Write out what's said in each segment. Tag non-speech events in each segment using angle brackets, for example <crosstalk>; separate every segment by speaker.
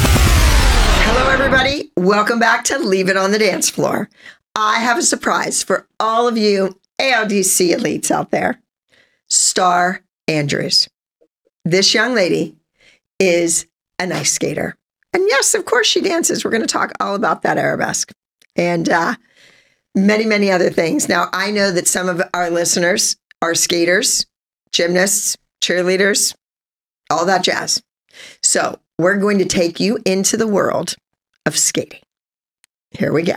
Speaker 1: Hello, everybody. Welcome back to Leave It on the Dance Floor. I have a surprise for all of you ALDC elites out there. Star Andrews. This young lady is an ice skater. And yes, of course, she dances. We're going to talk all about that arabesque and uh, many, many other things. Now, I know that some of our listeners are skaters, gymnasts, cheerleaders, all that jazz. So we're going to take you into the world of skating. Here we go.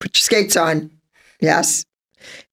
Speaker 1: Put your skates on. Yes.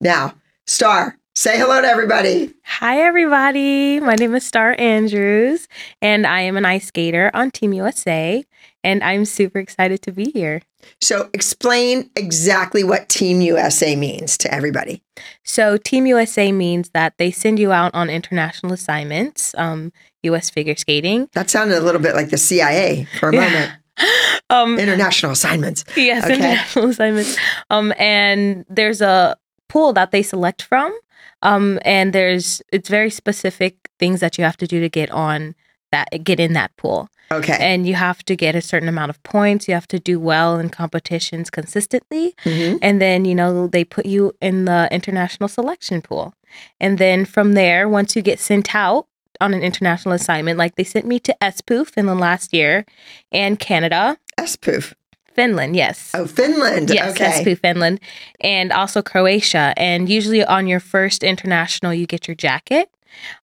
Speaker 1: Now, Star, say hello to everybody.
Speaker 2: Hi, everybody. My name is Star Andrews, and I am an ice skater on Team USA, and I'm super excited to be here.
Speaker 1: So explain exactly what Team USA means to everybody.
Speaker 2: So, Team USA means that they send you out on international assignments, um, U.S. figure skating.
Speaker 1: That sounded a little bit like the CIA for a moment. <laughs>
Speaker 2: um,
Speaker 1: International assignments.
Speaker 2: yes,
Speaker 1: Okay.
Speaker 2: international assignments. Um, and there's a pool that they select from, um, and there's it's very specific things that you have to do to get on that get in that pool.
Speaker 1: Okay.
Speaker 2: and you have to get a certain amount of points. You have to do well in competitions consistently.
Speaker 1: Mhm.
Speaker 2: And then, you know, they put you in the international selection pool. And then from there, once you get sent out on an international assignment, like they sent me to Espoo, Finland last year, and Canada,
Speaker 1: Espoof.
Speaker 2: Finland, yes.
Speaker 1: Oh, Finland.
Speaker 2: Yes,
Speaker 1: okay.
Speaker 2: Espoo, Finland, and also Croatia. And usually on your first international, you get your jacket.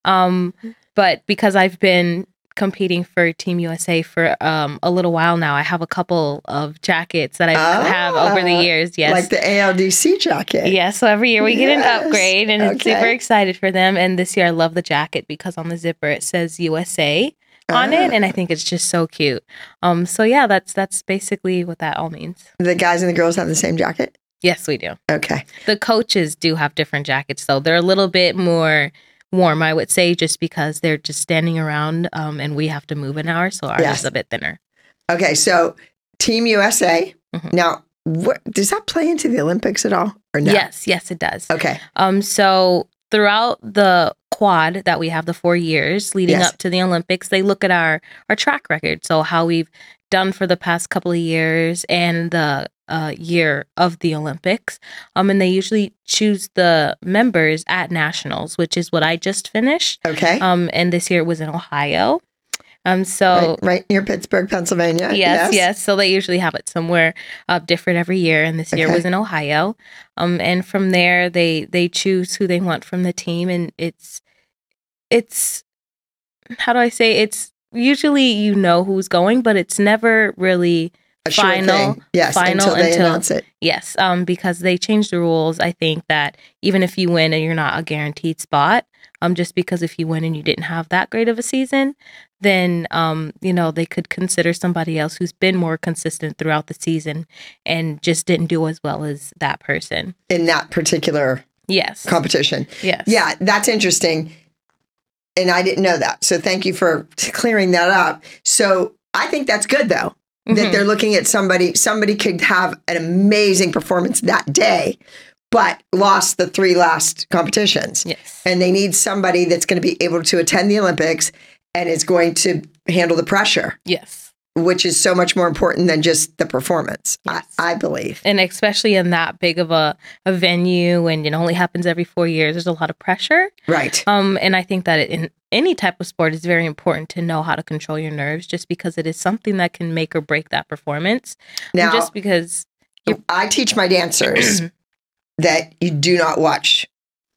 Speaker 2: Um, but because I've been competing for Team USA for um, a little while now, I have a couple of jackets that I
Speaker 1: Ah,
Speaker 2: have over the years. Yes.
Speaker 1: Like the ALDC jacket.
Speaker 2: yeah, so every year we get
Speaker 1: Yes.
Speaker 2: an upgrade, and it's
Speaker 1: Okay.
Speaker 2: super excited for them. And this year, I love the jacket because on the zipper it says USA on it,
Speaker 1: Ah.
Speaker 2: and I think it's just so cute. Um, so yeah, that's that's basically what that all means.
Speaker 1: The guys and the girls have the same jacket.
Speaker 2: Yes, we do.
Speaker 1: Okay.
Speaker 2: The coaches do have different jackets, though. They're a little bit more warm, I would say, just because they're just standing around um, and we have to move an hour. So ours
Speaker 1: Yes.
Speaker 2: is a bit thinner.
Speaker 1: Okay. So Team USA.
Speaker 2: Mhm.
Speaker 1: Now, what, does that play into the Olympics at all or no?
Speaker 2: Yes, yes, it does.
Speaker 1: Okay.
Speaker 2: Um, so throughout the quad that we have, the four years leading
Speaker 1: Yes.
Speaker 2: up to the Olympics, they look at our our track record, so how we've done for the past couple of years and the uh, year of the Olympics. Um, and they usually choose the members at nationals, which is what I just finished.
Speaker 1: Okay.
Speaker 2: Um, and this year it was in Ohio. Um,
Speaker 1: right,
Speaker 2: so
Speaker 1: right near Pittsburgh, Pennsylvania.
Speaker 2: yes, yes, So they usually have it somewhere uh, different every year, and this year
Speaker 1: Okay.
Speaker 2: was in Ohio. Um, and from there they they choose who they want from the team, and it's it's how do I say it's usually you know who's going, but it's never really
Speaker 1: A sure
Speaker 2: Final-
Speaker 1: thing. Yes.
Speaker 2: final
Speaker 1: until they
Speaker 2: until-
Speaker 1: announce it.
Speaker 2: yes, um, because they changed the rules. I think that even if you win and you're not a guaranteed spot, um, just because if you win and you didn't have that great of a season, then um, you know they could consider somebody else who's been more consistent throughout the season and just didn't do as well as that person.
Speaker 1: in that particular
Speaker 2: Yes.
Speaker 1: competition.
Speaker 2: yes.
Speaker 1: Yeah, that's interesting. And I didn't know that. So thank you for clearing that up. So I think that's good though. That
Speaker 2: Mhm.
Speaker 1: they're looking at somebody, somebody could have an amazing performance that day, but lost the three last competitions.
Speaker 2: Yes.
Speaker 1: And they need somebody that's going to be able to attend the Olympics and is going to handle the pressure,
Speaker 2: Yes.
Speaker 1: which is so much more important than just the performance,
Speaker 2: Yes.
Speaker 1: I, I believe.
Speaker 2: and especially in that big of a, a venue and it only happens every four years there's a lot of pressure
Speaker 1: Right.
Speaker 2: um, and i think that in any type of sport it's very important to know how to control your nerves just because it is something that can make or break that performance And
Speaker 1: Now,
Speaker 2: just because
Speaker 1: I teach my
Speaker 2: <clears throat>
Speaker 1: dancers that you do not watch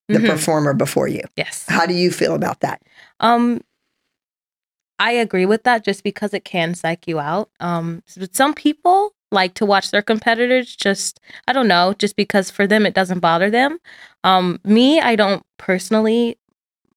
Speaker 1: the
Speaker 2: Mhm.
Speaker 1: performer before you.
Speaker 2: yes
Speaker 1: How do you feel about that?
Speaker 2: Um, I agree with that just because it can psych you out. Um, s- but some people like to watch their competitors just, I don't know, just because for them it doesn't bother them. Um, me, I don't personally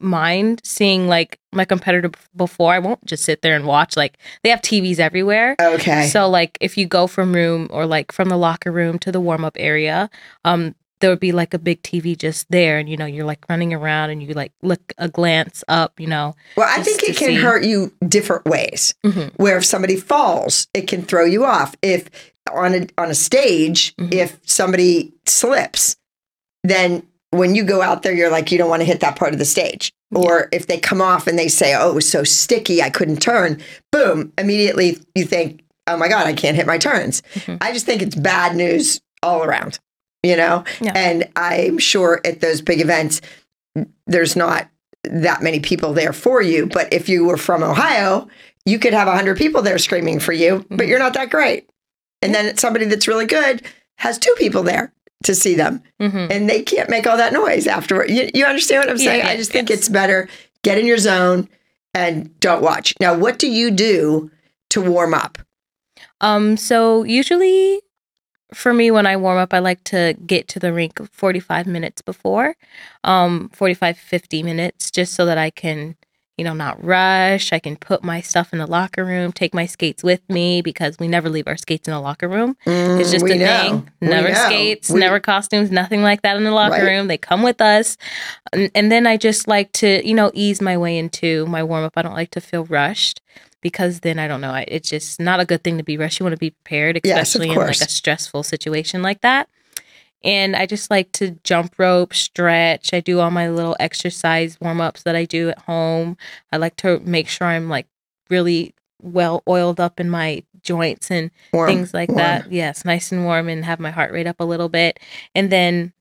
Speaker 2: mind seeing like my competitor bef- before. I won't just sit there and watch. Like they have TVs everywhere.
Speaker 1: Okay.
Speaker 2: So like if you go from room or like from the locker room to the warm up area, um there would be like a big TV just there and you know you're like running around and you like look a glance up, you know.
Speaker 1: well, I think
Speaker 2: just to
Speaker 1: it can
Speaker 2: see.
Speaker 1: hurt you different ways.
Speaker 2: Mhm.
Speaker 1: Where if somebody falls, it can throw you off. If on a on a stage
Speaker 2: Mhm.
Speaker 1: if somebody slips then when you go out there you're like you don't want to hit that part of the stage or if they come off and they say oh it was so sticky i couldn't turn boom immediately you think oh my god i can't hit my turns
Speaker 2: Mhm.
Speaker 1: i just think it's bad news all around you know
Speaker 2: Yeah.
Speaker 1: and i'm sure at those big events there's not that many people there for you but if you were from ohio you could have 100 people there screaming for you but
Speaker 2: Mhm.
Speaker 1: you're not that great and then somebody that's really good has two people there to see them
Speaker 2: Mm-hmm.
Speaker 1: and they can't make all that noise afterward. You, you understand what I'm
Speaker 2: Yeah,
Speaker 1: saying?
Speaker 2: yeah,
Speaker 1: I just think
Speaker 2: yes.
Speaker 1: it's better get in your zone and don't watch. Now, what do you do to warm up?
Speaker 2: Um, so usually for me when I warm up, I like to get to the rink 45 minutes before, um, 45, 50 minutes, just so that I can, you know, not rush. I can put my stuff in the locker room, take my skates with me because we never leave our skates in the locker room. It's
Speaker 1: Mm,
Speaker 2: just
Speaker 1: we
Speaker 2: a
Speaker 1: know.
Speaker 2: thing.
Speaker 1: We
Speaker 2: Never
Speaker 1: know.
Speaker 2: skates,
Speaker 1: We-
Speaker 2: never costumes, nothing like that in the locker
Speaker 1: Right.
Speaker 2: room. They come with us. And, and then I just like to, you know, ease my way into my warm up. I don't like to feel rushed because then I don't know. I, it's just not a good thing to be rushed. You want to be prepared,
Speaker 1: Yes, of
Speaker 2: especially in like
Speaker 1: course.
Speaker 2: a stressful situation like that. And I just like to jump rope, stretch. I do all my little exercise warm ups that I do at home. I like to make sure I'm like really well oiled up in my joints and
Speaker 1: warm,
Speaker 2: things like
Speaker 1: warm.
Speaker 2: that. Yes, nice and warm and have my heart rate up a little bit. And then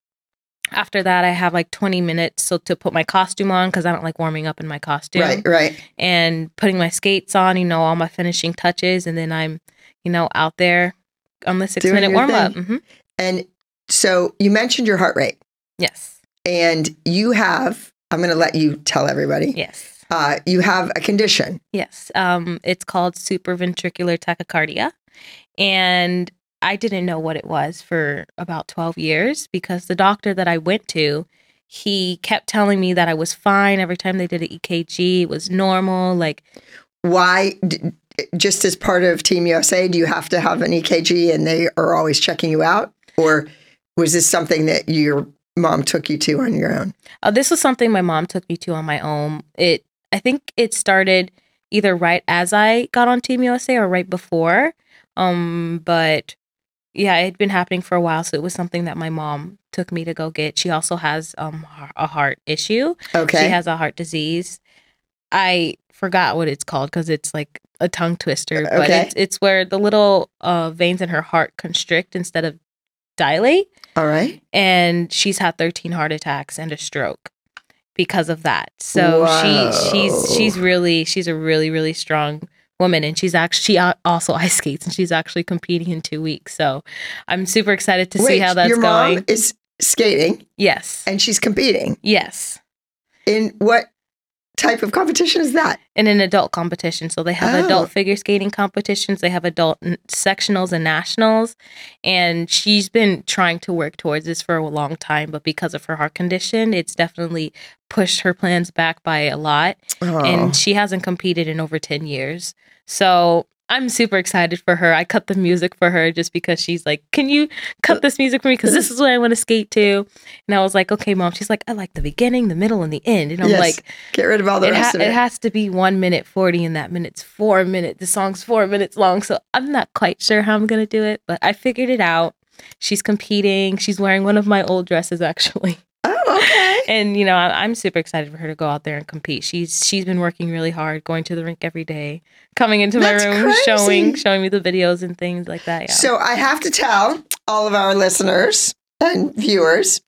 Speaker 2: after that, I have like 20 minutes so to put my costume on because I don't like warming up in my costume
Speaker 1: Right, right.
Speaker 2: and putting my skates on, you know, all my finishing touches. And then I'm, you know, out there on the six
Speaker 1: Doing
Speaker 2: minute
Speaker 1: your
Speaker 2: warm up.
Speaker 1: thing.
Speaker 2: hmm
Speaker 1: And so you mentioned your heart rate,
Speaker 2: Yes.
Speaker 1: and you have. I'm going to let you tell everybody.
Speaker 2: Yes.
Speaker 1: Uh, you have a condition.
Speaker 2: Yes. Um, it's called supraventricular tachycardia. And I didn't know what it was for about 12 years because the doctor that I went to, he kept telling me that I was fine every time they did an EKG, it was normal. Like,
Speaker 1: Why? d- Just as part of Team USA, do you have to have an EKG, and they are always checking you out, or was this something that your mom took you to on your own?
Speaker 2: oh, this was something my mom took me to on my own. It, I think it started either right as I got on Team USA or right before. Um, but yeah, it had been happening for a while, so it was something that my mom took me to go get. She also has um h- a heart issue.
Speaker 1: Okay.
Speaker 2: She has a heart disease. I forgot what it's called because it's like a tongue twister, but
Speaker 1: Uh, Okay.
Speaker 2: it's, it's where the little uh, veins in her heart constrict instead of dilate.
Speaker 1: All right.
Speaker 2: And she's had 13 heart attacks and a stroke because of that. So she she's
Speaker 1: Whoa.
Speaker 2: she's really she's a really really strong woman and she's actually she al- also <laughs> ice skates and she's actually competing in 2 weeks. So I'm super excited to see how that's
Speaker 1: your
Speaker 2: going.
Speaker 1: mom is skating
Speaker 2: yes.
Speaker 1: and she's competing.
Speaker 2: yes.
Speaker 1: In what type of competition is that?
Speaker 2: in an adult competition. So they have
Speaker 1: Oh.
Speaker 2: adult figure skating competitions, they have adult n- sectionals and nationals. And she's been trying to work towards this for a long time, but because of her heart condition, it's definitely pushed her plans back by a lot.
Speaker 1: Oh,
Speaker 2: And she hasn't competed in over 10 years. So I'm super excited for her. I cut the music for her just because she's like, Can you
Speaker 1: Uh,
Speaker 2: cut this music for me? Because this is what I want to skate to. And I was like, Okay, mom. She's like, I like the beginning, the middle, and the end. And I'm
Speaker 1: Yes.
Speaker 2: like,
Speaker 1: get rid of all the
Speaker 2: it,
Speaker 1: rest
Speaker 2: ha-
Speaker 1: of it.
Speaker 2: it has to be one minute 40 and that minute's four minutes the song's four minutes long so i'm not quite sure how i'm gonna do it but i figured it out she's competing she's wearing one of my old dresses <laughs> actually
Speaker 1: oh, okay.
Speaker 2: and you know I- i'm super excited for her to go out there and compete she's she's been working really hard going to the rink every day coming into
Speaker 1: That's
Speaker 2: my room showing
Speaker 1: crazy.
Speaker 2: showing me the videos and things like that yeah
Speaker 1: So I have to tell all of our listeners and viewers,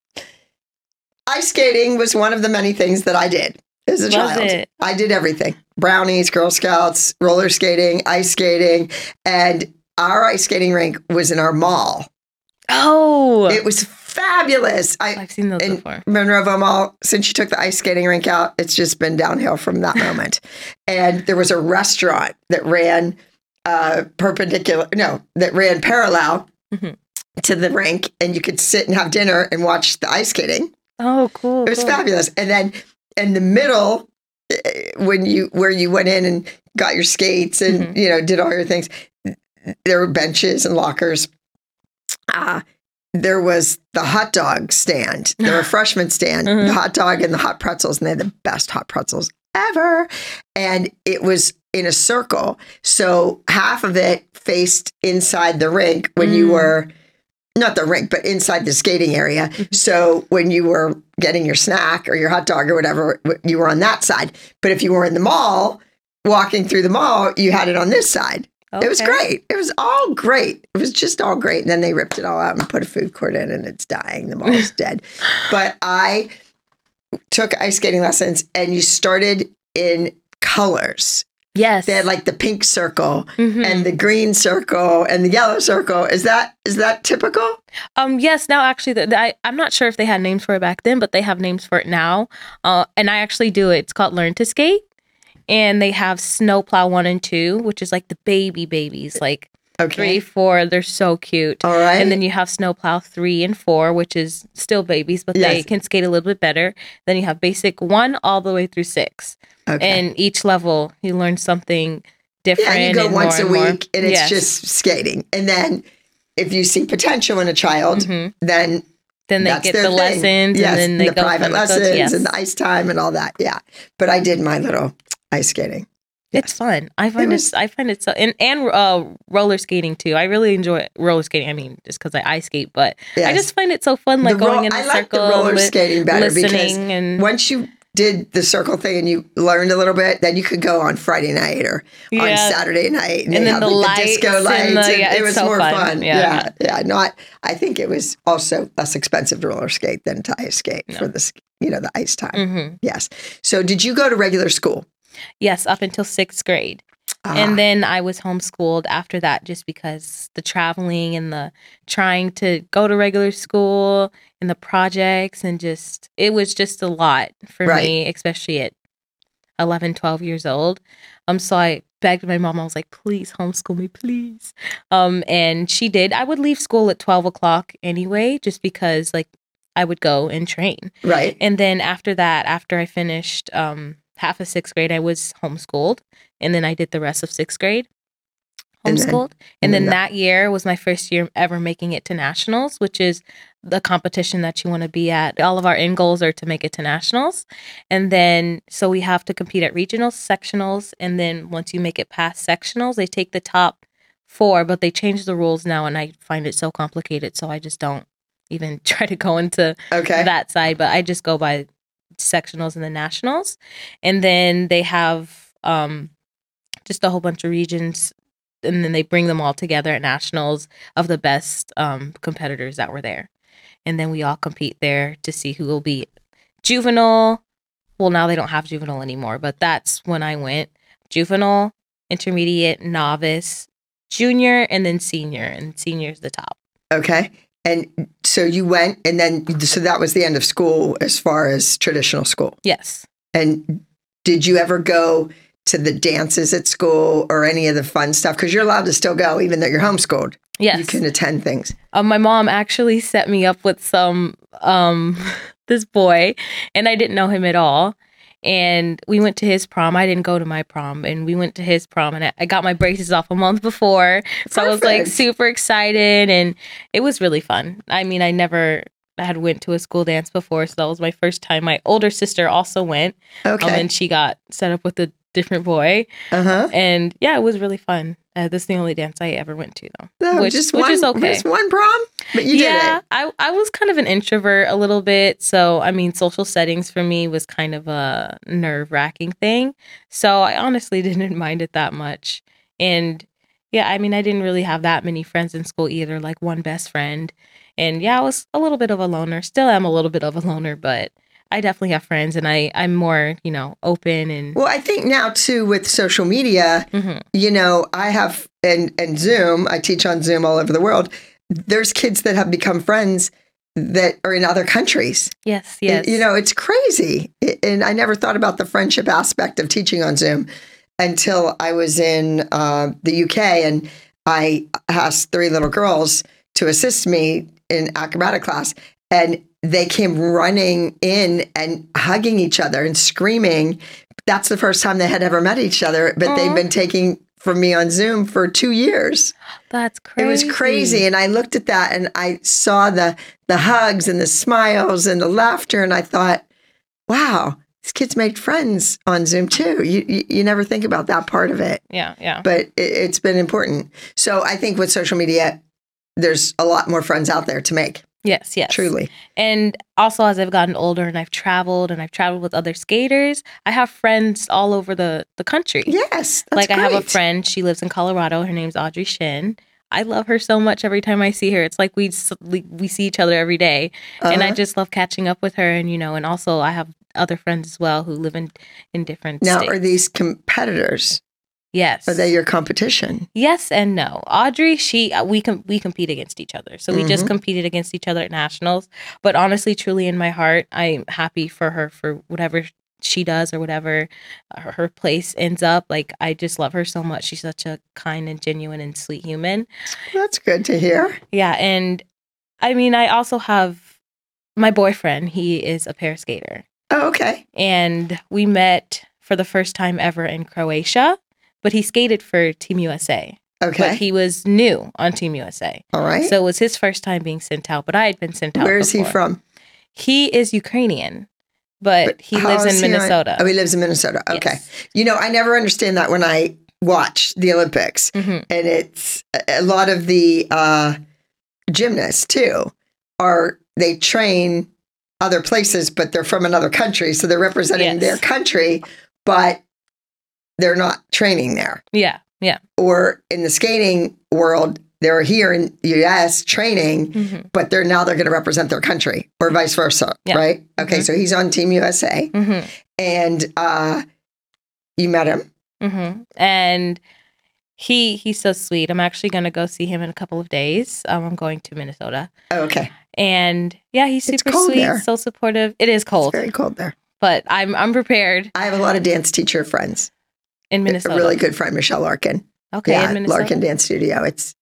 Speaker 1: ice skating was one of the many things that I did as a
Speaker 2: Was
Speaker 1: child.
Speaker 2: it?
Speaker 1: I did everything: brownies, Girl Scouts, roller skating, ice skating, and our ice skating rink was in our mall.
Speaker 2: oh
Speaker 1: It was fabulous. I
Speaker 2: i've seen those
Speaker 1: and-
Speaker 2: before
Speaker 1: Monroeville Mall, since you took the ice skating rink out, it's just been downhill from that moment. and there was a restaurant that ran uh, perpendicular, no, that ran parallel
Speaker 2: Mhm.
Speaker 1: to the rink, and you could sit and have dinner and watch the ice skating.
Speaker 2: oh cool
Speaker 1: It was
Speaker 2: cool.
Speaker 1: fabulous. And then in the middle, eh, when you where you went in and got your skates and
Speaker 2: Mhm.
Speaker 1: you know did all your things, there were benches and lockers. Uh, there was the hot dog stand, the refreshment stand,
Speaker 2: Mhm.
Speaker 1: the hot dog and the hot pretzels, and they had the best hot pretzels ever. And it was in a circle. So half of it faced inside the rink when you
Speaker 2: Mm.
Speaker 1: were not the rink, but inside the skating area. So when you were getting your snack or your hot dog or whatever, w- you were on that side. But if you were in the mall, walking through the mall, you had it on this side. It was
Speaker 2: Okay.
Speaker 1: great. It was all great. It was just all great. And then they ripped it all out and put a food court in, and it's dying. The
Speaker 2: <laughs>
Speaker 1: mall's dead. But I took ice skating lessons, and you started in colors.
Speaker 2: Yes.
Speaker 1: They had like the pink circle
Speaker 2: Mhm.
Speaker 1: and the green circle and the yellow circle. Is that is that typical?
Speaker 2: Um, yes, now actually, the, the, I, I'm not sure if they had names for it back then, but they have names for it now. Uh, and I actually do it. It's called Learn to Skate. And they have Snowplow 1 and 2, which is like the baby babies, like three,
Speaker 1: Okay.
Speaker 2: four. They're so cute.
Speaker 1: All right.
Speaker 2: And then you have Snowplow 3 and 4, which is still babies, but they
Speaker 1: Yes.
Speaker 2: can skate a little bit better. Then you have Basic 1 all the way through 6.
Speaker 1: okay.
Speaker 2: And each level, you learn something different.
Speaker 1: yeah, you go
Speaker 2: and
Speaker 1: once
Speaker 2: more
Speaker 1: a
Speaker 2: and more.
Speaker 1: week, and it's
Speaker 2: Yes.
Speaker 1: just skating. And then if you see potential in a child,
Speaker 2: Mhm.
Speaker 1: then
Speaker 2: Then they
Speaker 1: That's
Speaker 2: get
Speaker 1: their
Speaker 2: the
Speaker 1: thing.
Speaker 2: lessons,
Speaker 1: Yes,
Speaker 2: and then they
Speaker 1: the
Speaker 2: go
Speaker 1: private
Speaker 2: from- so it's-
Speaker 1: lessons
Speaker 2: yes.
Speaker 1: and the ice time and all that. Yeah, but I did my little ice skating.
Speaker 2: It's fun. I find
Speaker 1: was-
Speaker 2: it. I find it so and and uh, roller skating too. I really enjoy roller skating. I mean, just because I ice skate, but I
Speaker 1: Yes.
Speaker 2: just find it so fun, like
Speaker 1: The ro-
Speaker 2: going in a
Speaker 1: I like
Speaker 2: circle,
Speaker 1: the roller
Speaker 2: with
Speaker 1: skating better because
Speaker 2: listening, and
Speaker 1: once you did the circle thing and you learned a little bit, then you could go on Friday night or on
Speaker 2: yeah,
Speaker 1: Saturday night, and,
Speaker 2: And
Speaker 1: they
Speaker 2: then
Speaker 1: had,
Speaker 2: the
Speaker 1: like, disco
Speaker 2: lights and
Speaker 1: lights.
Speaker 2: the-
Speaker 1: and
Speaker 2: yeah,
Speaker 1: it
Speaker 2: it's
Speaker 1: was
Speaker 2: so
Speaker 1: more fun.
Speaker 2: fun.
Speaker 1: Yeah.
Speaker 2: Yeah.
Speaker 1: yeah, Not. I think it was also less expensive to roller skate than to ice skate for the sk- you know the ice time.
Speaker 2: Mhm.
Speaker 1: Yes. So did you go to regular school?
Speaker 2: yes, up until sixth grade,
Speaker 1: Ah,
Speaker 2: and then I was homeschooled after that, just because the traveling and the trying to go to regular school and the projects and just it was just a lot for
Speaker 1: Right.
Speaker 2: me, especially at 11 12 years old um so i begged my mom i was like please homeschool me please um and she did i would leave school at 12 o'clock anyway just because like i would go and train
Speaker 1: Ah, right.
Speaker 2: and then after that after i finished um half of sixth grade i was homeschooled and then i did the rest of sixth grade
Speaker 1: And then-
Speaker 2: homeschooled
Speaker 1: and
Speaker 2: and
Speaker 1: then
Speaker 2: then that year was my first year ever making it to nationals which is the competition that you want to be at all of our end goals are to make it to nationals and then so we have to compete at regionals sectionals and then once you make it past sectionals they take the top four but they change the rules now and i find it so complicated so i just don't even <laughs> try to go into
Speaker 1: Okay.
Speaker 2: that side, but I just go by sectionals and the nationals. And then they have um just a whole bunch of regions and then they bring them all together at nationals of the best um competitors that were there. And then we all compete there to see who will be juvenile. Well, now they don't have juvenile anymore, but that's when I went. Juvenile, intermediate, novice, junior, and then senior. And senior is the top.
Speaker 1: Okay. And so you went, and then so that was the end of school as far as traditional school.
Speaker 2: Yes.
Speaker 1: And did you ever go to the dances at school or any of the fun stuff? Because you're allowed to still go, even though you're homeschooled.
Speaker 2: Yes.
Speaker 1: You can attend things.
Speaker 2: Uh, my mom actually <laughs> set me up with some um <laughs> this boy and I didn't know him at all. And we went to his prom. I didn't go to my prom, and we went to his prom. And I, I got my braces off a month before, so I was like
Speaker 1: Perfect.
Speaker 2: super excited, and it was really fun. I mean, I never had went to a school dance before, so that was my first time. My older sister also went, um,
Speaker 1: Okay.
Speaker 2: and she got set up with a different boy,
Speaker 1: Uh huh.
Speaker 2: and yeah, it was really fun. Uh, this is the only dance I ever went to, though
Speaker 1: No,
Speaker 2: Which-
Speaker 1: just
Speaker 2: which
Speaker 1: one,
Speaker 2: is okay.
Speaker 1: Just one prom, but you did
Speaker 2: yeah,
Speaker 1: it.
Speaker 2: I I was kind of an introvert a little bit, so I mean, social settings for me was kind of a nerve wracking thing. So I honestly <laughs> didn't mind it that much, and yeah, I mean, I didn't really have that many friends in school either, like one best friend, and yeah, I was a little bit of a loner. Still am a little bit of a loner, but I definitely have friends, and I I'm more you know open and
Speaker 1: Well, I think now too with social media,
Speaker 2: Mhm.
Speaker 1: you know, I have and and Zoom. I teach on Zoom all over the world. There's kids that have become friends that are in other countries.
Speaker 2: yes
Speaker 1: And,
Speaker 2: yes
Speaker 1: you know, it's crazy. It- and I never thought about the friendship aspect of teaching on Zoom until I was in uh, the UK and I asked three little girls to assist me in acrobatic class. And they came running in and hugging each other and screaming. That's the first time they had ever met each other, but they'd
Speaker 2: Aw.
Speaker 1: been taking from me on Zoom for two years.
Speaker 2: that's crazy.
Speaker 1: It was crazy, and I looked at that and I saw the the hugs and the smiles and the laughter, and I thought, "Wow, these kids made friends on Zoom too. You, you, you never think about that part of it,
Speaker 2: Yeah, yeah.
Speaker 1: but it, it's been important. So I think with social media, there's a lot more friends out there to make,
Speaker 2: Yes, yes.
Speaker 1: truly.
Speaker 2: And also, as I've gotten older and I've traveled and I've traveled with other skaters, I have friends all over the, the country.
Speaker 1: Yes. That's
Speaker 2: like I have a
Speaker 1: great.
Speaker 2: friend, she lives in Colorado. Her name's Audrey Shin. I love her so much. Every time I see her, it's like we s- we we see each other every day. and I
Speaker 1: Uh-huh.
Speaker 2: just love catching up with her. And you know, and also I have other friends as well who live in in different
Speaker 1: now,
Speaker 2: states.
Speaker 1: are these competitors?
Speaker 2: yes,
Speaker 1: Are they your competition?
Speaker 2: yes and no. Audrey, she uh, we com- we compete against each other, so we just
Speaker 1: Mhm.
Speaker 2: competed against each other at nationals. But honestly, truly in my heart, I'm happy for her for whatever she does or whatever her, her place ends up. Like I just love her so much. She's such a kind and genuine and sweet human.
Speaker 1: That's good to hear.
Speaker 2: Yeah, and I mean, I also have my boyfriend. He is a pair skater.
Speaker 1: Oh, okay.
Speaker 2: and we met for the first time ever in Croatia. But he skated for Team USA,
Speaker 1: Okay.
Speaker 2: but he was new on Team USA,
Speaker 1: All right.
Speaker 2: so it was his first time being sent out. But I had been sent out.
Speaker 1: Where is he
Speaker 2: before.
Speaker 1: from?
Speaker 2: He is Ukrainian, but,
Speaker 1: But
Speaker 2: he
Speaker 1: how
Speaker 2: lives
Speaker 1: is
Speaker 2: in
Speaker 1: he on-
Speaker 2: Minnesota.
Speaker 1: Oh, he lives in Minnesota. Okay. You know, I never understand that when I watch the Olympics,
Speaker 2: hmm
Speaker 1: and it's a- a lot of the uh, gymnasts too are they train other places, but they're from another country, so they're representing
Speaker 2: Yes.
Speaker 1: their country, but they're not training there.
Speaker 2: Yeah, yeah.
Speaker 1: Or in the skating world, they're here in U.S. training,
Speaker 2: hmm
Speaker 1: but they're now they're going to represent their country or vice versa,
Speaker 2: Yeah. Mm-hmm.
Speaker 1: right? Okay, so he's on Team USA,
Speaker 2: hmm
Speaker 1: and uh, you met him.
Speaker 2: hmm And he he's so sweet. I'm actually going to go see him in a couple of days. Um, I'm going to Minnesota,
Speaker 1: Oh, okay,
Speaker 2: and yeah, he's
Speaker 1: It's
Speaker 2: super
Speaker 1: cold
Speaker 2: sweet,
Speaker 1: there.
Speaker 2: so supportive. It is
Speaker 1: it's
Speaker 2: cold,
Speaker 1: very cold there.
Speaker 2: but I'm I'm prepared
Speaker 1: I have a lot of dance teacher friends.
Speaker 2: in Minnesota.
Speaker 1: A really good friend, Michelle Larkin.
Speaker 2: Okay,
Speaker 1: yeah,
Speaker 2: in Minnesota.
Speaker 1: Larkin Dance Studio. It's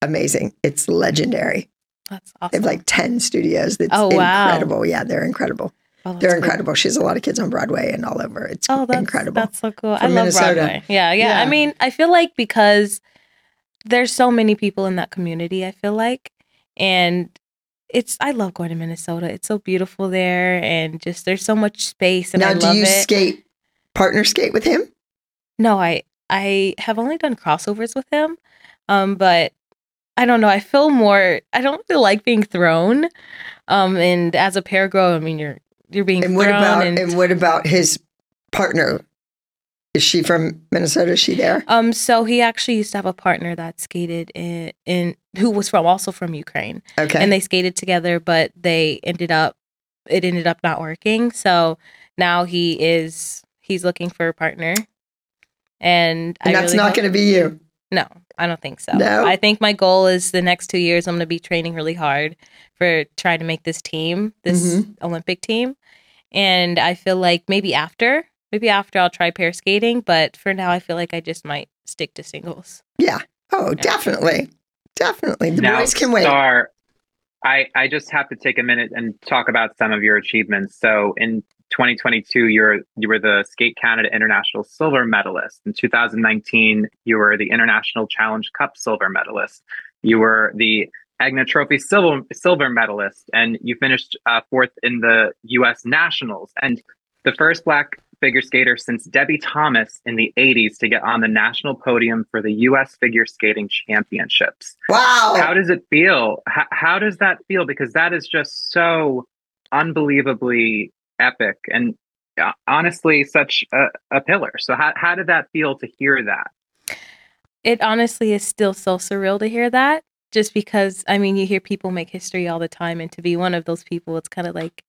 Speaker 1: amazing. It's legendary.
Speaker 2: That's
Speaker 1: They
Speaker 2: awesome.
Speaker 1: have like ten studios. That's
Speaker 2: Oh, wow.
Speaker 1: incredible. Yeah, they're incredible.
Speaker 2: Oh, that's
Speaker 1: they're
Speaker 2: cool.
Speaker 1: incredible. She has a lot of kids on Broadway and all over. It's
Speaker 2: Oh, that's
Speaker 1: incredible.
Speaker 2: That's so cool. I
Speaker 1: From
Speaker 2: love
Speaker 1: Minnesota.
Speaker 2: Broadway. Yeah, yeah, I
Speaker 1: Yeah.
Speaker 2: mean, I feel like because there's so many people in that community. I feel like, and it's I love going to Minnesota. It's so beautiful there, and just there's so much space, and
Speaker 1: now,
Speaker 2: I
Speaker 1: do
Speaker 2: love
Speaker 1: you
Speaker 2: it.
Speaker 1: skate partner skate with him?
Speaker 2: no, I I have only done crossovers with him, um, but I don't know. I feel more. I don't really like being thrown, um, and as a pair girl, I mean, you're you're being
Speaker 1: And
Speaker 2: thrown
Speaker 1: what about
Speaker 2: and
Speaker 1: and, what about his partner? Is she from Minnesota? Is she there?
Speaker 2: Um, so he actually used to have a partner that skated in, in who was from also from Ukraine,
Speaker 1: Okay.
Speaker 2: and they skated together, but they ended up it ended up not working. So now he is he's looking for a partner, and, I
Speaker 1: and that's
Speaker 2: really
Speaker 1: not
Speaker 2: hope-
Speaker 1: going to be you.
Speaker 2: no, I don't think so.
Speaker 1: No?
Speaker 2: I think my goal is the next two years I'm going to be training really hard for trying to make this team, this
Speaker 1: Mhm.
Speaker 2: Olympic team. And I feel like maybe after, maybe after I'll try pair skating, but for now I feel like I just might stick to singles.
Speaker 1: Oh, definitely, definitely. The boys can wait.
Speaker 3: Star, I, I just have to take a minute and talk about some of your achievements. So in 2022, you're you were the Skate Canada International Silver Medalist. In 2019, you were the International Challenge Cup Silver Medalist. You were the Agna Trophy silver silver medalist, and you finished uh, fourth in the U.S. Nationals and the first black figure skater since Debbie Thomas in the 80s to get on the national podium for the U.S. Figure Skating Championships
Speaker 1: Wow.
Speaker 3: how does it feel how, how does that feel because that is just so unbelievably epic and uh, honestly such a, a pillar so how, how did that feel to hear that
Speaker 2: It honestly is still so surreal to hear that just because I mean you hear people make history all the time and to be one of those people it's kind of like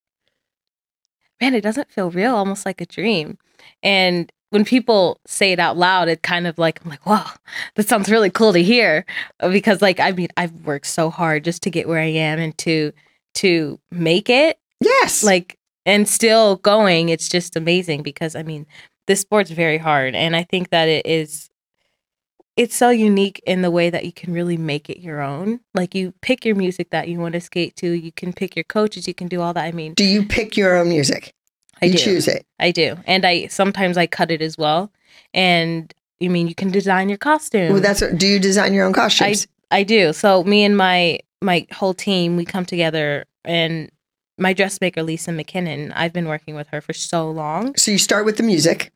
Speaker 2: man, it doesn't feel real, almost like a dream. And when people say it out loud, it kind of like I'm like, wow, that sounds really cool to hear. Uh, Because like I mean, I've worked so hard just to get where I am and to to make it
Speaker 1: yes.
Speaker 2: like and still going. It's just amazing because I mean, this sport's very hard, and I think that it is. It's so unique in the way that you can really make it your own. Like you pick your music that you want to skate to. You can pick your coaches. You can do all that. I mean,
Speaker 1: do you pick your own music?
Speaker 2: I
Speaker 1: you
Speaker 2: do.
Speaker 1: choose it.
Speaker 2: I do, and I sometimes I cut it as well. And I mean, you can design your costume.
Speaker 1: Well, that's what, do you design your own costumes?
Speaker 2: I do. So me and my my whole team, we come together and my dressmaker Lisa McKinnon. I've been working with her for so long.
Speaker 1: So you start with the music.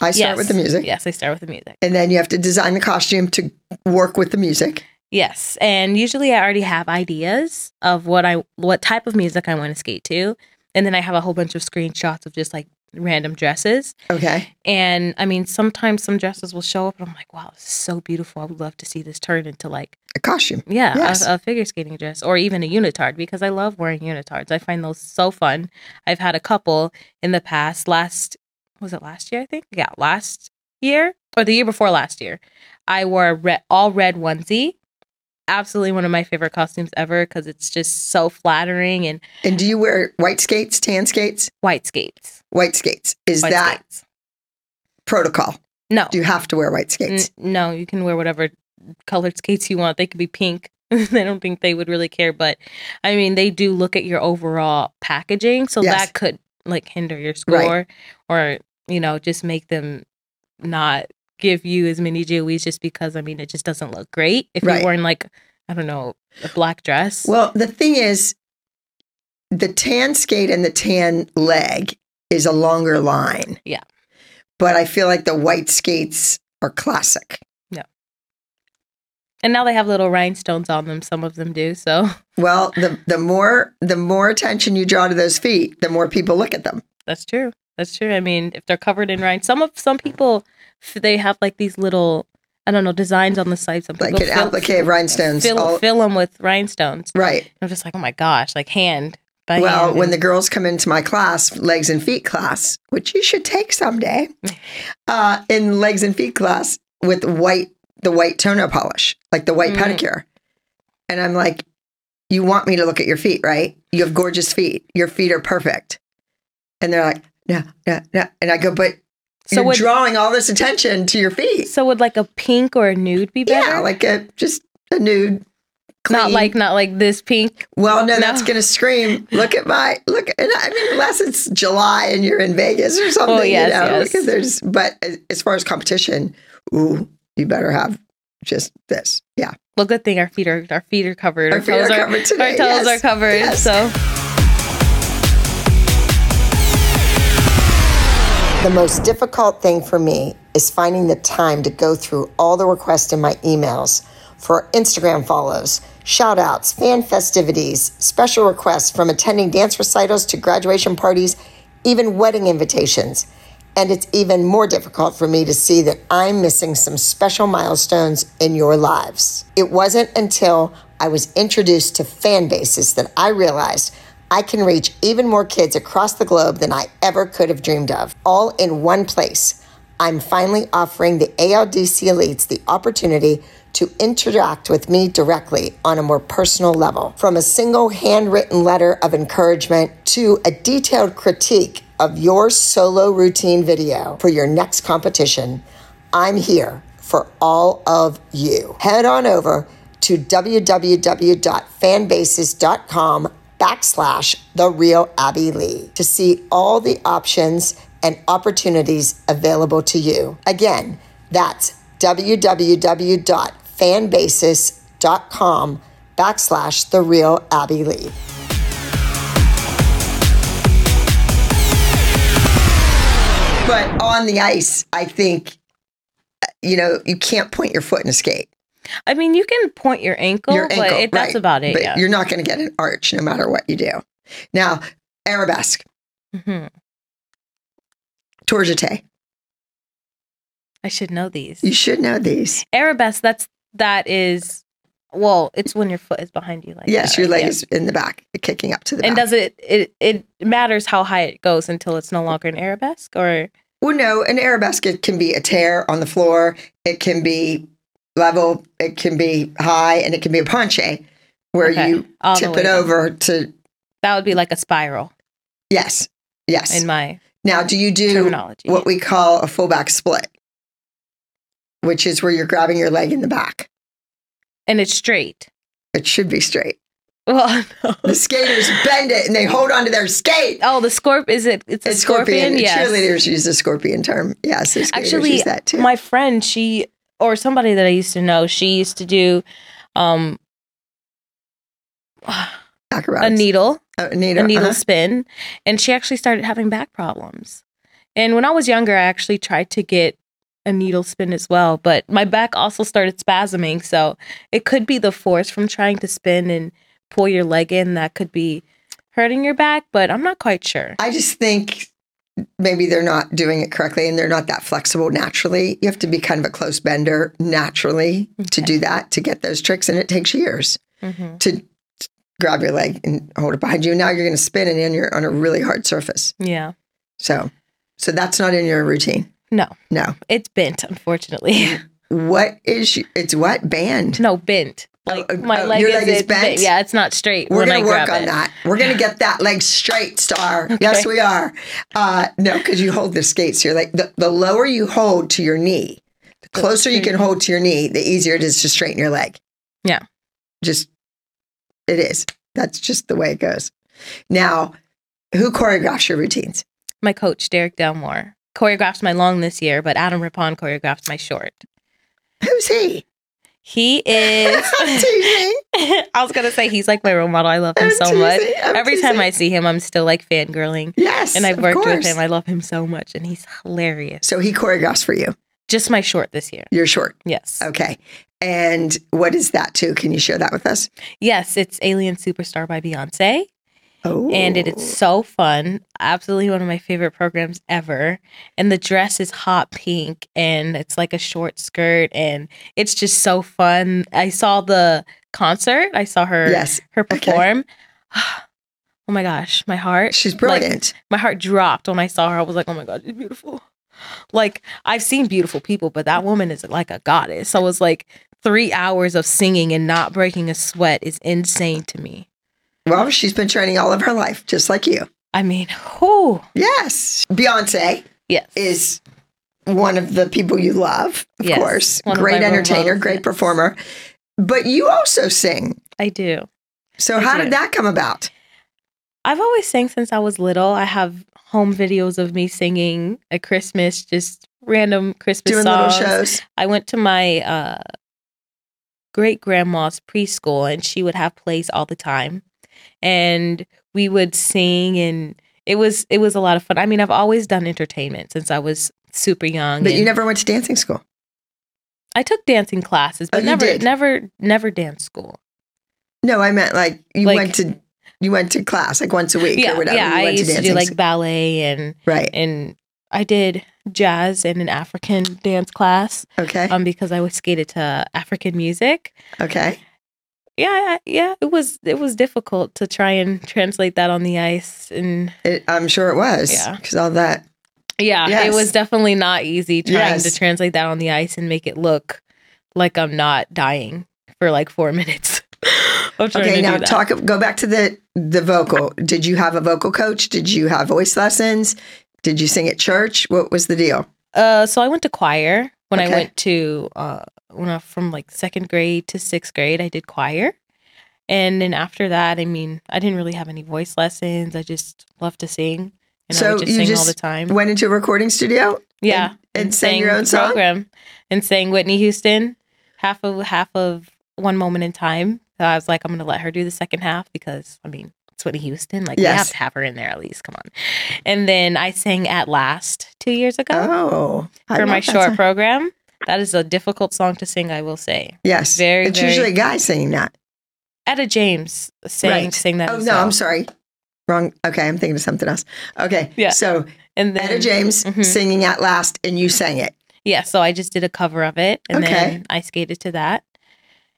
Speaker 1: I start
Speaker 2: yes.
Speaker 1: with the music.
Speaker 2: Yes, I start with the music.
Speaker 1: And then you have to design the costume to work with the music.
Speaker 2: Yes, and usually I already have ideas of what I what type of music I want to skate to, and then I have a whole bunch of screenshots of just like random dresses.
Speaker 1: Okay.
Speaker 2: And I mean, sometimes some dresses will show up, and I'm like, wow, this is so beautiful. I would love to see this turn into like
Speaker 1: A costume.
Speaker 2: yeah,
Speaker 1: Yes.
Speaker 2: a, a figure skating dress or even a unitard because I love wearing unitards. I find those so fun. I've had a couple in the past. Last was it last year? I think yeah, last year or the year before last year. I wore a red, all red onesie. Absolutely one of my favorite costumes ever because it's just so flattering and
Speaker 1: And do you wear white skates, tan skates?
Speaker 2: white skates.
Speaker 1: White skates. Is
Speaker 2: White
Speaker 1: that
Speaker 2: skates.
Speaker 1: protocol?
Speaker 2: no?
Speaker 1: Do you have to wear white skates?
Speaker 2: N- no, you can wear whatever colored skates you want. They could be pink. <laughs> I don't think they would really care, but I mean, they do look at your overall packaging, so
Speaker 1: Yes.
Speaker 2: that could like hinder your
Speaker 1: Right.
Speaker 2: score or you know just make them not give you as many GOEs just because I mean it just doesn't look great if
Speaker 1: Right.
Speaker 2: you're wearing like I don't know a black dress.
Speaker 1: Well, the thing is, the tan skate and the tan leg is a longer line.
Speaker 2: Yeah.
Speaker 1: But I feel like the white skates are classic.
Speaker 2: and now they have little rhinestones on them. Some of them do so.
Speaker 1: Well, the, the more the more attention you draw to those feet, the more people look at them.
Speaker 2: That's true. That's true. I mean, if they're covered in rind, some of some people f- they have like these little I don't know designs on the side. Some
Speaker 1: Like
Speaker 2: people
Speaker 1: an applique of rhinestones.
Speaker 2: fill,
Speaker 1: all-
Speaker 2: fill them with rhinestones.
Speaker 1: right.
Speaker 2: I'm just like, oh my gosh, like hand by
Speaker 1: Well,
Speaker 2: hand.
Speaker 1: when the girls come into my class, legs and feet class, which you should take
Speaker 2: <laughs>
Speaker 1: someday, uh, in legs and feet class with white, the white toenail polish, like the white
Speaker 2: Mm.
Speaker 1: pedicure. And I'm like, you want me to look at your feet, right? You have gorgeous feet. Your feet are perfect. And they're like, no, no, no. And I go, but
Speaker 2: so
Speaker 1: you're
Speaker 2: would
Speaker 1: drawing all this attention to your feet.
Speaker 2: so would like a pink or a nude be better?
Speaker 1: Yeah, like a just a nude. Clean.
Speaker 2: not like not like this pink.
Speaker 1: Well, no,
Speaker 2: No.
Speaker 1: that's gonna scream. Look at my look, and I mean, unless it's July and you're in Vegas or something,
Speaker 2: yes,
Speaker 1: you know.
Speaker 2: yes.
Speaker 1: Because there's, but as- as far as competition, ooh, you better have just this. Yeah,
Speaker 2: Well, good thing our feet are our feet are covered. Our,
Speaker 1: feet
Speaker 2: toes
Speaker 1: are
Speaker 2: are,
Speaker 1: covered today,
Speaker 2: our
Speaker 1: yes,
Speaker 2: toes are covered.
Speaker 1: yes.
Speaker 2: So
Speaker 1: the most difficult thing for me is finding the time to go through all the requests in my emails for Instagram follows, shout outs, fan festivities, special requests from attending dance recitals to graduation parties, even wedding invitations. And it's even more difficult for me to see that I'm missing some special milestones in your lives. It wasn't until I was introduced to fan bases that I realized I can reach even more kids across the globe than I ever could have dreamed of, all in one place. I'm finally offering the ALDC elites the opportunity to interact with me directly on a more personal level. From a single handwritten letter of encouragement to a detailed critique of your solo routine video for your next competition, I'm here for all of you. Head on over to www.fanbases.com backslash the real Abby Lee to see all the options and opportunities available to you. Again, that's www.fanbasis.com backslash the real Abby Lee. But on the ice, I think, you know, you can't point your foot in a skate.
Speaker 2: I mean, you can point your ankle,
Speaker 1: Your ankle,
Speaker 2: but it, that's
Speaker 1: right.
Speaker 2: about it.
Speaker 1: but
Speaker 2: yeah.
Speaker 1: you're not going to get an arch no matter what you do. Now, arabesque,
Speaker 2: hmm
Speaker 1: tourgite.
Speaker 2: I should know these.
Speaker 1: You should know these.
Speaker 2: Arabesque. That's that is. Well, it's when your foot is behind you, like
Speaker 1: yes,
Speaker 2: that,
Speaker 1: your
Speaker 2: right?
Speaker 1: leg
Speaker 2: Yeah.
Speaker 1: is in the back, kicking up to the
Speaker 2: and
Speaker 1: back.
Speaker 2: does it, it it matters how high it goes until it's no longer an arabesque or
Speaker 1: well, no, an arabesque it can be a tear on the floor. It can be level. It can be high, and it can be a ponche, where
Speaker 2: Okay.
Speaker 1: you
Speaker 2: all the
Speaker 1: tip
Speaker 2: way
Speaker 1: it
Speaker 2: down.
Speaker 1: over to
Speaker 2: that would be like a spiral
Speaker 1: yes, yes.
Speaker 2: in my
Speaker 1: now, do you do
Speaker 2: terminology
Speaker 1: what we call a fullback split, which is where you're grabbing your leg in the back?
Speaker 2: and it's straight <laughs>
Speaker 1: It should be straight.
Speaker 2: well no.
Speaker 1: The skaters bend it and they hold onto their skate.
Speaker 2: oh the scorp is it it's a
Speaker 1: It's
Speaker 2: scorpion,
Speaker 1: scorpion.
Speaker 2: yes
Speaker 1: Cheerleaders use the scorpion term. Yes, the skaters
Speaker 2: Actually,
Speaker 1: use that too.
Speaker 2: my friend she or somebody that i used to know she used to do um
Speaker 1: Acrobatics.
Speaker 2: a needle,
Speaker 1: A needle.
Speaker 2: a needle
Speaker 1: uh-huh.
Speaker 2: spin, and she actually started having back problems. And when I was younger, I actually tried to get a needle spin as well, but my back also started spasming. So it could be the force from trying to spin and pull your leg in that could be hurting your back, but I'm not quite sure.
Speaker 1: I just think maybe they're not doing it correctly and they're not that flexible naturally. You have to be kind of a close bender naturally to
Speaker 2: Okay.
Speaker 1: do that, to get those tricks. And it takes years
Speaker 2: Mhm.
Speaker 1: to to grab your leg and hold it behind you. Now you're going to spin and then you're on a really hard surface.
Speaker 2: Yeah.
Speaker 1: So, so that's not in your routine.
Speaker 2: No,
Speaker 1: No.
Speaker 2: it's bent, unfortunately. <laughs>
Speaker 1: What is, y- it's what band?
Speaker 2: no, bent. Like
Speaker 1: Oh,
Speaker 2: my
Speaker 1: oh,
Speaker 2: leg,
Speaker 1: your
Speaker 2: is,
Speaker 1: leg is
Speaker 2: it's bent.
Speaker 1: bent?
Speaker 2: Yeah, it's not straight
Speaker 1: We're
Speaker 2: when
Speaker 1: going
Speaker 2: I
Speaker 1: to work
Speaker 2: grab
Speaker 1: on
Speaker 2: it.
Speaker 1: that. We're going to get that leg straight,
Speaker 2: <laughs>
Speaker 1: Star. Yes, we are. Uh, no, because you hold the skates. You're like, the, the lower you hold to your knee, the closer you can hold to your knee, the easier it is to straighten your leg.
Speaker 2: Yeah.
Speaker 1: Just, it is. That's just the way it goes. Now, who choreographs your routines?
Speaker 2: My coach, Derek Delmore, choreographed my long this year, but Adam Rippon choreographed my short.
Speaker 1: Who's
Speaker 2: <laughs>
Speaker 1: he?
Speaker 2: He is.
Speaker 1: <laughs> I'm teasing.
Speaker 2: <laughs> I was gonna say he's like my role model. I love him
Speaker 1: I'm
Speaker 2: so much.
Speaker 1: teasing. I'm
Speaker 2: Every time
Speaker 1: teasing.
Speaker 2: I see him, I'm still like fangirling.
Speaker 1: Yes.
Speaker 2: And I've
Speaker 1: of
Speaker 2: worked with
Speaker 1: course.
Speaker 2: him. I love him so much, and he's hilarious.
Speaker 1: so he choreographs for you.
Speaker 2: Just my short this year. Oh.
Speaker 1: You're short.
Speaker 2: Yes.
Speaker 1: Okay. And what is that too? Can you share that with us?
Speaker 2: Yes, it's Alien Superstar by Beyonce.
Speaker 1: Oh.
Speaker 2: and it is so fun. Absolutely one of my favorite programs ever. And the dress is hot pink and it's like a short skirt and it's just so fun. I saw the concert. I saw her
Speaker 1: Yes.
Speaker 2: her perform. <sighs> oh my gosh, my heart.
Speaker 1: She's
Speaker 2: like,
Speaker 1: brilliant.
Speaker 2: my heart dropped when I saw her. I was like, "Oh my god, she's beautiful." Like I've seen beautiful people, but that woman is like a goddess. So it was like 3 hours of singing and not breaking a sweat is insane to me.
Speaker 1: well, she's been training all of her life, just like you.
Speaker 2: I mean, whoo.
Speaker 1: Yes. Beyonce
Speaker 2: Yes.
Speaker 1: is one of the people you love, of
Speaker 2: Yes,
Speaker 1: course.
Speaker 2: one of
Speaker 1: great
Speaker 2: my role
Speaker 1: entertainer,
Speaker 2: models,
Speaker 1: great
Speaker 2: yes.
Speaker 1: performer. But you also sing.
Speaker 2: I do.
Speaker 1: So
Speaker 2: I
Speaker 1: how
Speaker 2: do.
Speaker 1: did that come about?
Speaker 2: I've always sang since I was little. I have home videos of me singing at Christmas, just random Christmas
Speaker 1: Doing
Speaker 2: songs.
Speaker 1: little shows.
Speaker 2: I went to my uh, great grandma's preschool, and she would have plays all the time, and we would sing, and it was it was a lot of fun. I mean, I've always done entertainment since I was super young.
Speaker 1: But you
Speaker 2: and
Speaker 1: never went to dancing school.
Speaker 2: I took dancing classes,
Speaker 1: Oh,
Speaker 2: but
Speaker 1: you
Speaker 2: never
Speaker 1: did?
Speaker 2: never never dance school.
Speaker 1: No, I meant like you
Speaker 2: Like-
Speaker 1: went to you went to class like once a week or
Speaker 2: yeah,
Speaker 1: whatever.
Speaker 2: yeah.
Speaker 1: you
Speaker 2: I
Speaker 1: went
Speaker 2: used to, do
Speaker 1: dancing
Speaker 2: like
Speaker 1: school.
Speaker 2: ballet and
Speaker 1: right.
Speaker 2: and I did jazz and an African dance class
Speaker 1: Okay.
Speaker 2: um because I was skated to African music.
Speaker 1: okay.
Speaker 2: Yeah, yeah, it was it was difficult to try and translate that on the ice and
Speaker 1: It, I'm sure it was.
Speaker 2: Yeah.
Speaker 1: Because all that.
Speaker 2: yeah,
Speaker 1: Yes.
Speaker 2: it was definitely not easy trying
Speaker 1: Yes.
Speaker 2: to translate that on the ice and make it look like I'm not dying for like 4 <laughs> minutes. of trying
Speaker 1: Okay.
Speaker 2: to
Speaker 1: Now
Speaker 2: do that.
Speaker 1: talk. Go back to the the vocal. Did you have a vocal coach? Did you have voice lessons? Did you sing at church? What was the deal?
Speaker 2: Uh, so I went to choir when
Speaker 1: Okay.
Speaker 2: I went to uh, when I from like second grade to sixth grade. I did choir, and then after that, I mean, I didn't really have any voice lessons. I just loved to sing, and I
Speaker 1: So
Speaker 2: would just
Speaker 1: you
Speaker 2: sing all
Speaker 1: just
Speaker 2: the time.
Speaker 1: Went into a recording studio.
Speaker 2: yeah,
Speaker 1: and- and sang your own
Speaker 2: the
Speaker 1: song?
Speaker 2: program, and sang Whitney Houston half of half of One Moment in Time. So I was like, I'm gonna let her do the second half because I mean. it's Whitney Houston, like we
Speaker 1: Yes.
Speaker 2: have to have her in there at least. Come on, and then I sang "At Last" two years ago
Speaker 1: Oh, I
Speaker 2: for
Speaker 1: love
Speaker 2: my
Speaker 1: that
Speaker 2: short
Speaker 1: song.
Speaker 2: program. That is a difficult song to sing, I will say.
Speaker 1: yes.
Speaker 2: Very,
Speaker 1: It's
Speaker 2: very-
Speaker 1: usually a guy singing that.
Speaker 2: Etta James sang
Speaker 1: Right.
Speaker 2: sang that.
Speaker 1: oh
Speaker 2: as
Speaker 1: no,
Speaker 2: well.
Speaker 1: I'm sorry. Wrong. Okay, I'm thinking of something else. Okay.
Speaker 2: Yeah.
Speaker 1: So
Speaker 2: And then
Speaker 1: Etta James
Speaker 2: Mhm.
Speaker 1: singing at last, and you sang it.
Speaker 2: yeah, so I just did a cover of it, and
Speaker 1: Okay.
Speaker 2: then I skated to that,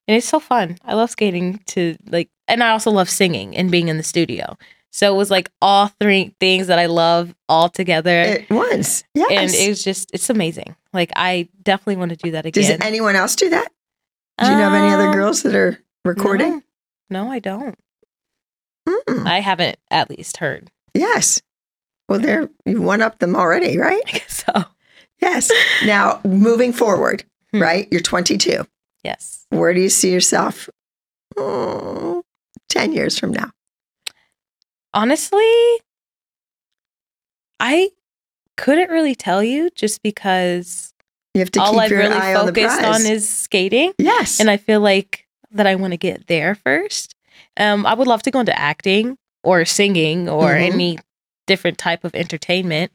Speaker 2: and it's so fun. I love skating to like, and I also love singing and being in the studio. So it was like all three things that I love all together,
Speaker 1: It once. Yes.
Speaker 2: and it was just it's amazing. Like I definitely want to do that
Speaker 1: Does
Speaker 2: again.
Speaker 1: anyone else do that? Do you know of any other
Speaker 2: Um,
Speaker 1: girls that are recording?
Speaker 2: No, no, I don't.
Speaker 1: Mm,
Speaker 2: I haven't at least heard. <laughs>
Speaker 1: yes. Well, they're you one up them already, right?
Speaker 2: I guess so. <laughs>
Speaker 1: Yes. Now moving forward,
Speaker 2: Hmm.
Speaker 1: right? You're 22.
Speaker 2: Yes.
Speaker 1: Where do you see yourself? mm, 10 years from now.
Speaker 2: honestly, I couldn't really tell you just because
Speaker 1: You have to
Speaker 2: all
Speaker 1: keep
Speaker 2: I've
Speaker 1: your
Speaker 2: really
Speaker 1: eye on the
Speaker 2: focused
Speaker 1: prize.
Speaker 2: on is skating.
Speaker 1: yes.
Speaker 2: And I feel like that I want to get there first. Um, I would love to go into acting or singing or
Speaker 1: Mhm.
Speaker 2: any different type of entertainment,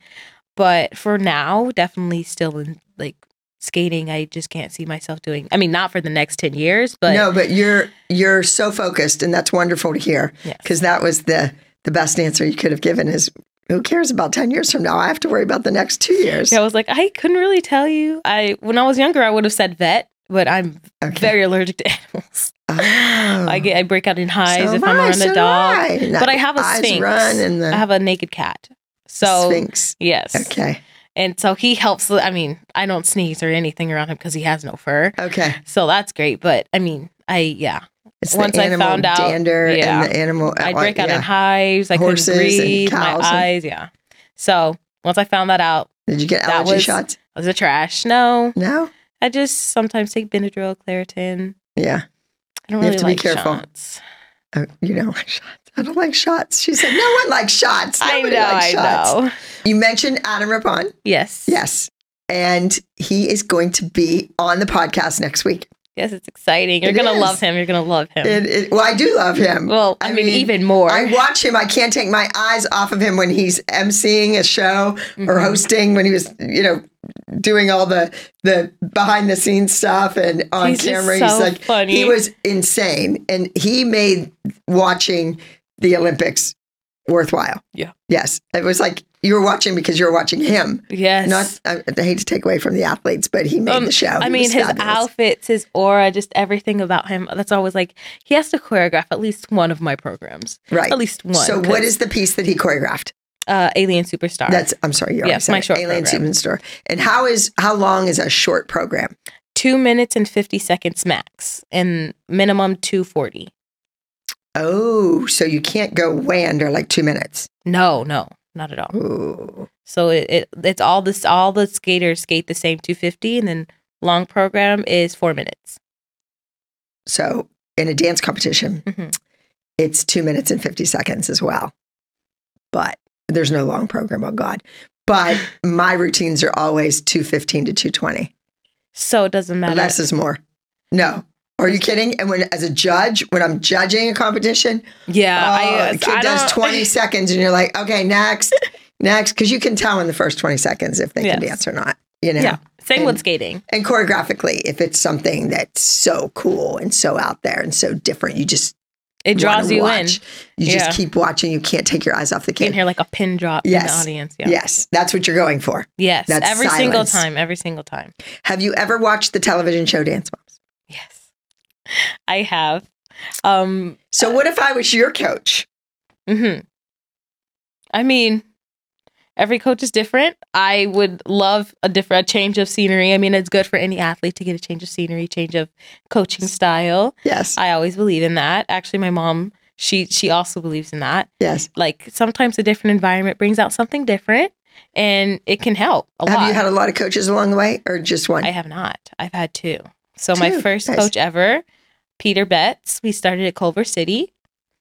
Speaker 2: but for now, definitely still in like skating. I just can't see myself doing. I mean, not for the next ten years, but
Speaker 1: no, but you're you're so focused, and that's wonderful to hear
Speaker 2: Yes.
Speaker 1: because that was the the best answer you could have given. Is who cares about ten years from now? I have to worry about the next two years.
Speaker 2: Yeah, I was like, I couldn't really tell you. I when I was younger, I would have said vet,
Speaker 1: <laughs>
Speaker 2: but I'm
Speaker 1: Okay. Oh.
Speaker 2: very allergic to animals. I get I break out in highs if I'm around a dog.
Speaker 1: dog,
Speaker 2: But I have a
Speaker 1: eyes
Speaker 2: sphinx.
Speaker 1: Run and the
Speaker 2: I have a naked cat. So
Speaker 1: sphinx.
Speaker 2: yes,
Speaker 1: Okay,
Speaker 2: and so he helps. I mean, I don't sneeze or anything around him because he has no fur.
Speaker 1: okay.
Speaker 2: So that's great. But I mean, I yeah,
Speaker 1: It's
Speaker 2: Once
Speaker 1: the
Speaker 2: I
Speaker 1: animal
Speaker 2: found out-
Speaker 1: dander
Speaker 2: yeah.
Speaker 1: and the animal. uh,
Speaker 2: I break out in
Speaker 1: yeah.
Speaker 2: hives. I
Speaker 1: Horses
Speaker 2: couldn't
Speaker 1: and
Speaker 2: breathe. My
Speaker 1: cows and-
Speaker 2: eyes, yeah. So once I found that out,
Speaker 1: Did you get
Speaker 2: That
Speaker 1: allergy
Speaker 2: was-
Speaker 1: shots?
Speaker 2: I was a trash. No,
Speaker 1: No.
Speaker 2: I just sometimes take Benadryl, Claritin.
Speaker 1: Yeah.
Speaker 2: I don't
Speaker 1: You have
Speaker 2: really
Speaker 1: to be
Speaker 2: like
Speaker 1: careful.
Speaker 2: shots.
Speaker 1: Oh, you don't like shots. I don't like shots. She said, "No one likes shots.
Speaker 2: I
Speaker 1: Nobody
Speaker 2: know,
Speaker 1: likes
Speaker 2: I
Speaker 1: shots."
Speaker 2: know.
Speaker 1: You mentioned Adam Rapon.
Speaker 2: Yes.
Speaker 1: Yes. And he is going to be on the podcast next week.
Speaker 2: Yes, it's exciting. You're
Speaker 1: It
Speaker 2: gonna
Speaker 1: is.
Speaker 2: love him. You're gonna love him.
Speaker 1: It, it, well, I do love him.
Speaker 2: well, I,
Speaker 1: I
Speaker 2: mean,
Speaker 1: mean,
Speaker 2: even more.
Speaker 1: I watch him. I can't take my eyes off of him when he's emceeing a show or
Speaker 2: Mhm.
Speaker 1: hosting, when he was, you know, doing all the the behind the scenes stuff and on
Speaker 2: He's just
Speaker 1: camera.
Speaker 2: so
Speaker 1: he's like,
Speaker 2: funny.
Speaker 1: he was insane. And he made watching the Olympics worthwhile.
Speaker 2: Yeah.
Speaker 1: Yes. It was like you were watching because you were watching him.
Speaker 2: yes.
Speaker 1: Not, I, I hate to take away from the athletes, but he made
Speaker 2: Um,
Speaker 1: the show.
Speaker 2: I
Speaker 1: He
Speaker 2: mean,
Speaker 1: was
Speaker 2: his
Speaker 1: fabulous.
Speaker 2: outfits, his aura, just everything about him. That's always like he has to choreograph at least one of my programs.
Speaker 1: right?
Speaker 2: At least one.
Speaker 1: so,
Speaker 2: 'cause,
Speaker 1: what is the piece that he choreographed?
Speaker 2: uh, Alien Superstar?
Speaker 1: That's I'm sorry, you already
Speaker 2: Yes,
Speaker 1: said
Speaker 2: my
Speaker 1: it.
Speaker 2: short
Speaker 1: Alien
Speaker 2: program.
Speaker 1: Superman Store. And how is how long is a short program?
Speaker 2: two minutes and fifty seconds max, and minimum two forty.
Speaker 1: Oh, so you can't go way under like two minutes.
Speaker 2: No, no, not at all.
Speaker 1: Ooh,
Speaker 2: So it, it it's all this all the skaters skate the same 250 and then long program is 4 minutes.
Speaker 1: so in a dance competition,
Speaker 2: Mhm.
Speaker 1: it's two minutes and fifty seconds as well. But there's no long program. Oh God! But
Speaker 2: <laughs>
Speaker 1: my routines are always two fifteen to two twenty.
Speaker 2: So it doesn't matter.
Speaker 1: Less is more. No. Are you kidding? And when, as a judge, when I'm judging a competition,
Speaker 2: yeah,
Speaker 1: oh,
Speaker 2: Uh, I,
Speaker 1: a kid does
Speaker 2: <laughs>
Speaker 1: 20 seconds and you're like, okay, next, next. Because you can tell in the first 20 seconds if they can
Speaker 2: Yes.
Speaker 1: dance or not, you know?
Speaker 2: Yeah. Same with
Speaker 1: and-
Speaker 2: skating.
Speaker 1: And choreographically, if it's something that's so cool and so out there and so different, you just
Speaker 2: It draws
Speaker 1: wanna
Speaker 2: you in.
Speaker 1: watch. You
Speaker 2: Yeah.
Speaker 1: just keep watching. You can't take your eyes off the
Speaker 2: You can
Speaker 1: kid.
Speaker 2: hear like a pin drop in
Speaker 1: Yes.
Speaker 2: the audience. Yeah.
Speaker 1: Yes, that's what you're going for.
Speaker 2: Yes.
Speaker 1: That's
Speaker 2: every single
Speaker 1: silence.
Speaker 2: time, every single time.
Speaker 1: Have you ever watched the television show Dance Moms?
Speaker 2: Yes. I have um
Speaker 1: So what if I was your coach?
Speaker 2: mhm. I mean Every coach is different. I would love a different a change of scenery. I mean, it's good for any athlete to get a change of scenery, change of coaching style.
Speaker 1: Yes,
Speaker 2: I always believe in that. Actually, my mom, she she also believes in that.
Speaker 1: yes.
Speaker 2: Like sometimes a different environment brings out something different, and it can help a
Speaker 1: Have
Speaker 2: lot.
Speaker 1: you had a lot of coaches along the way, or just one?
Speaker 2: I have not. I've had two. So my
Speaker 1: Two,
Speaker 2: first
Speaker 1: nice.
Speaker 2: coach ever, Peter Betts. We started at Culver City.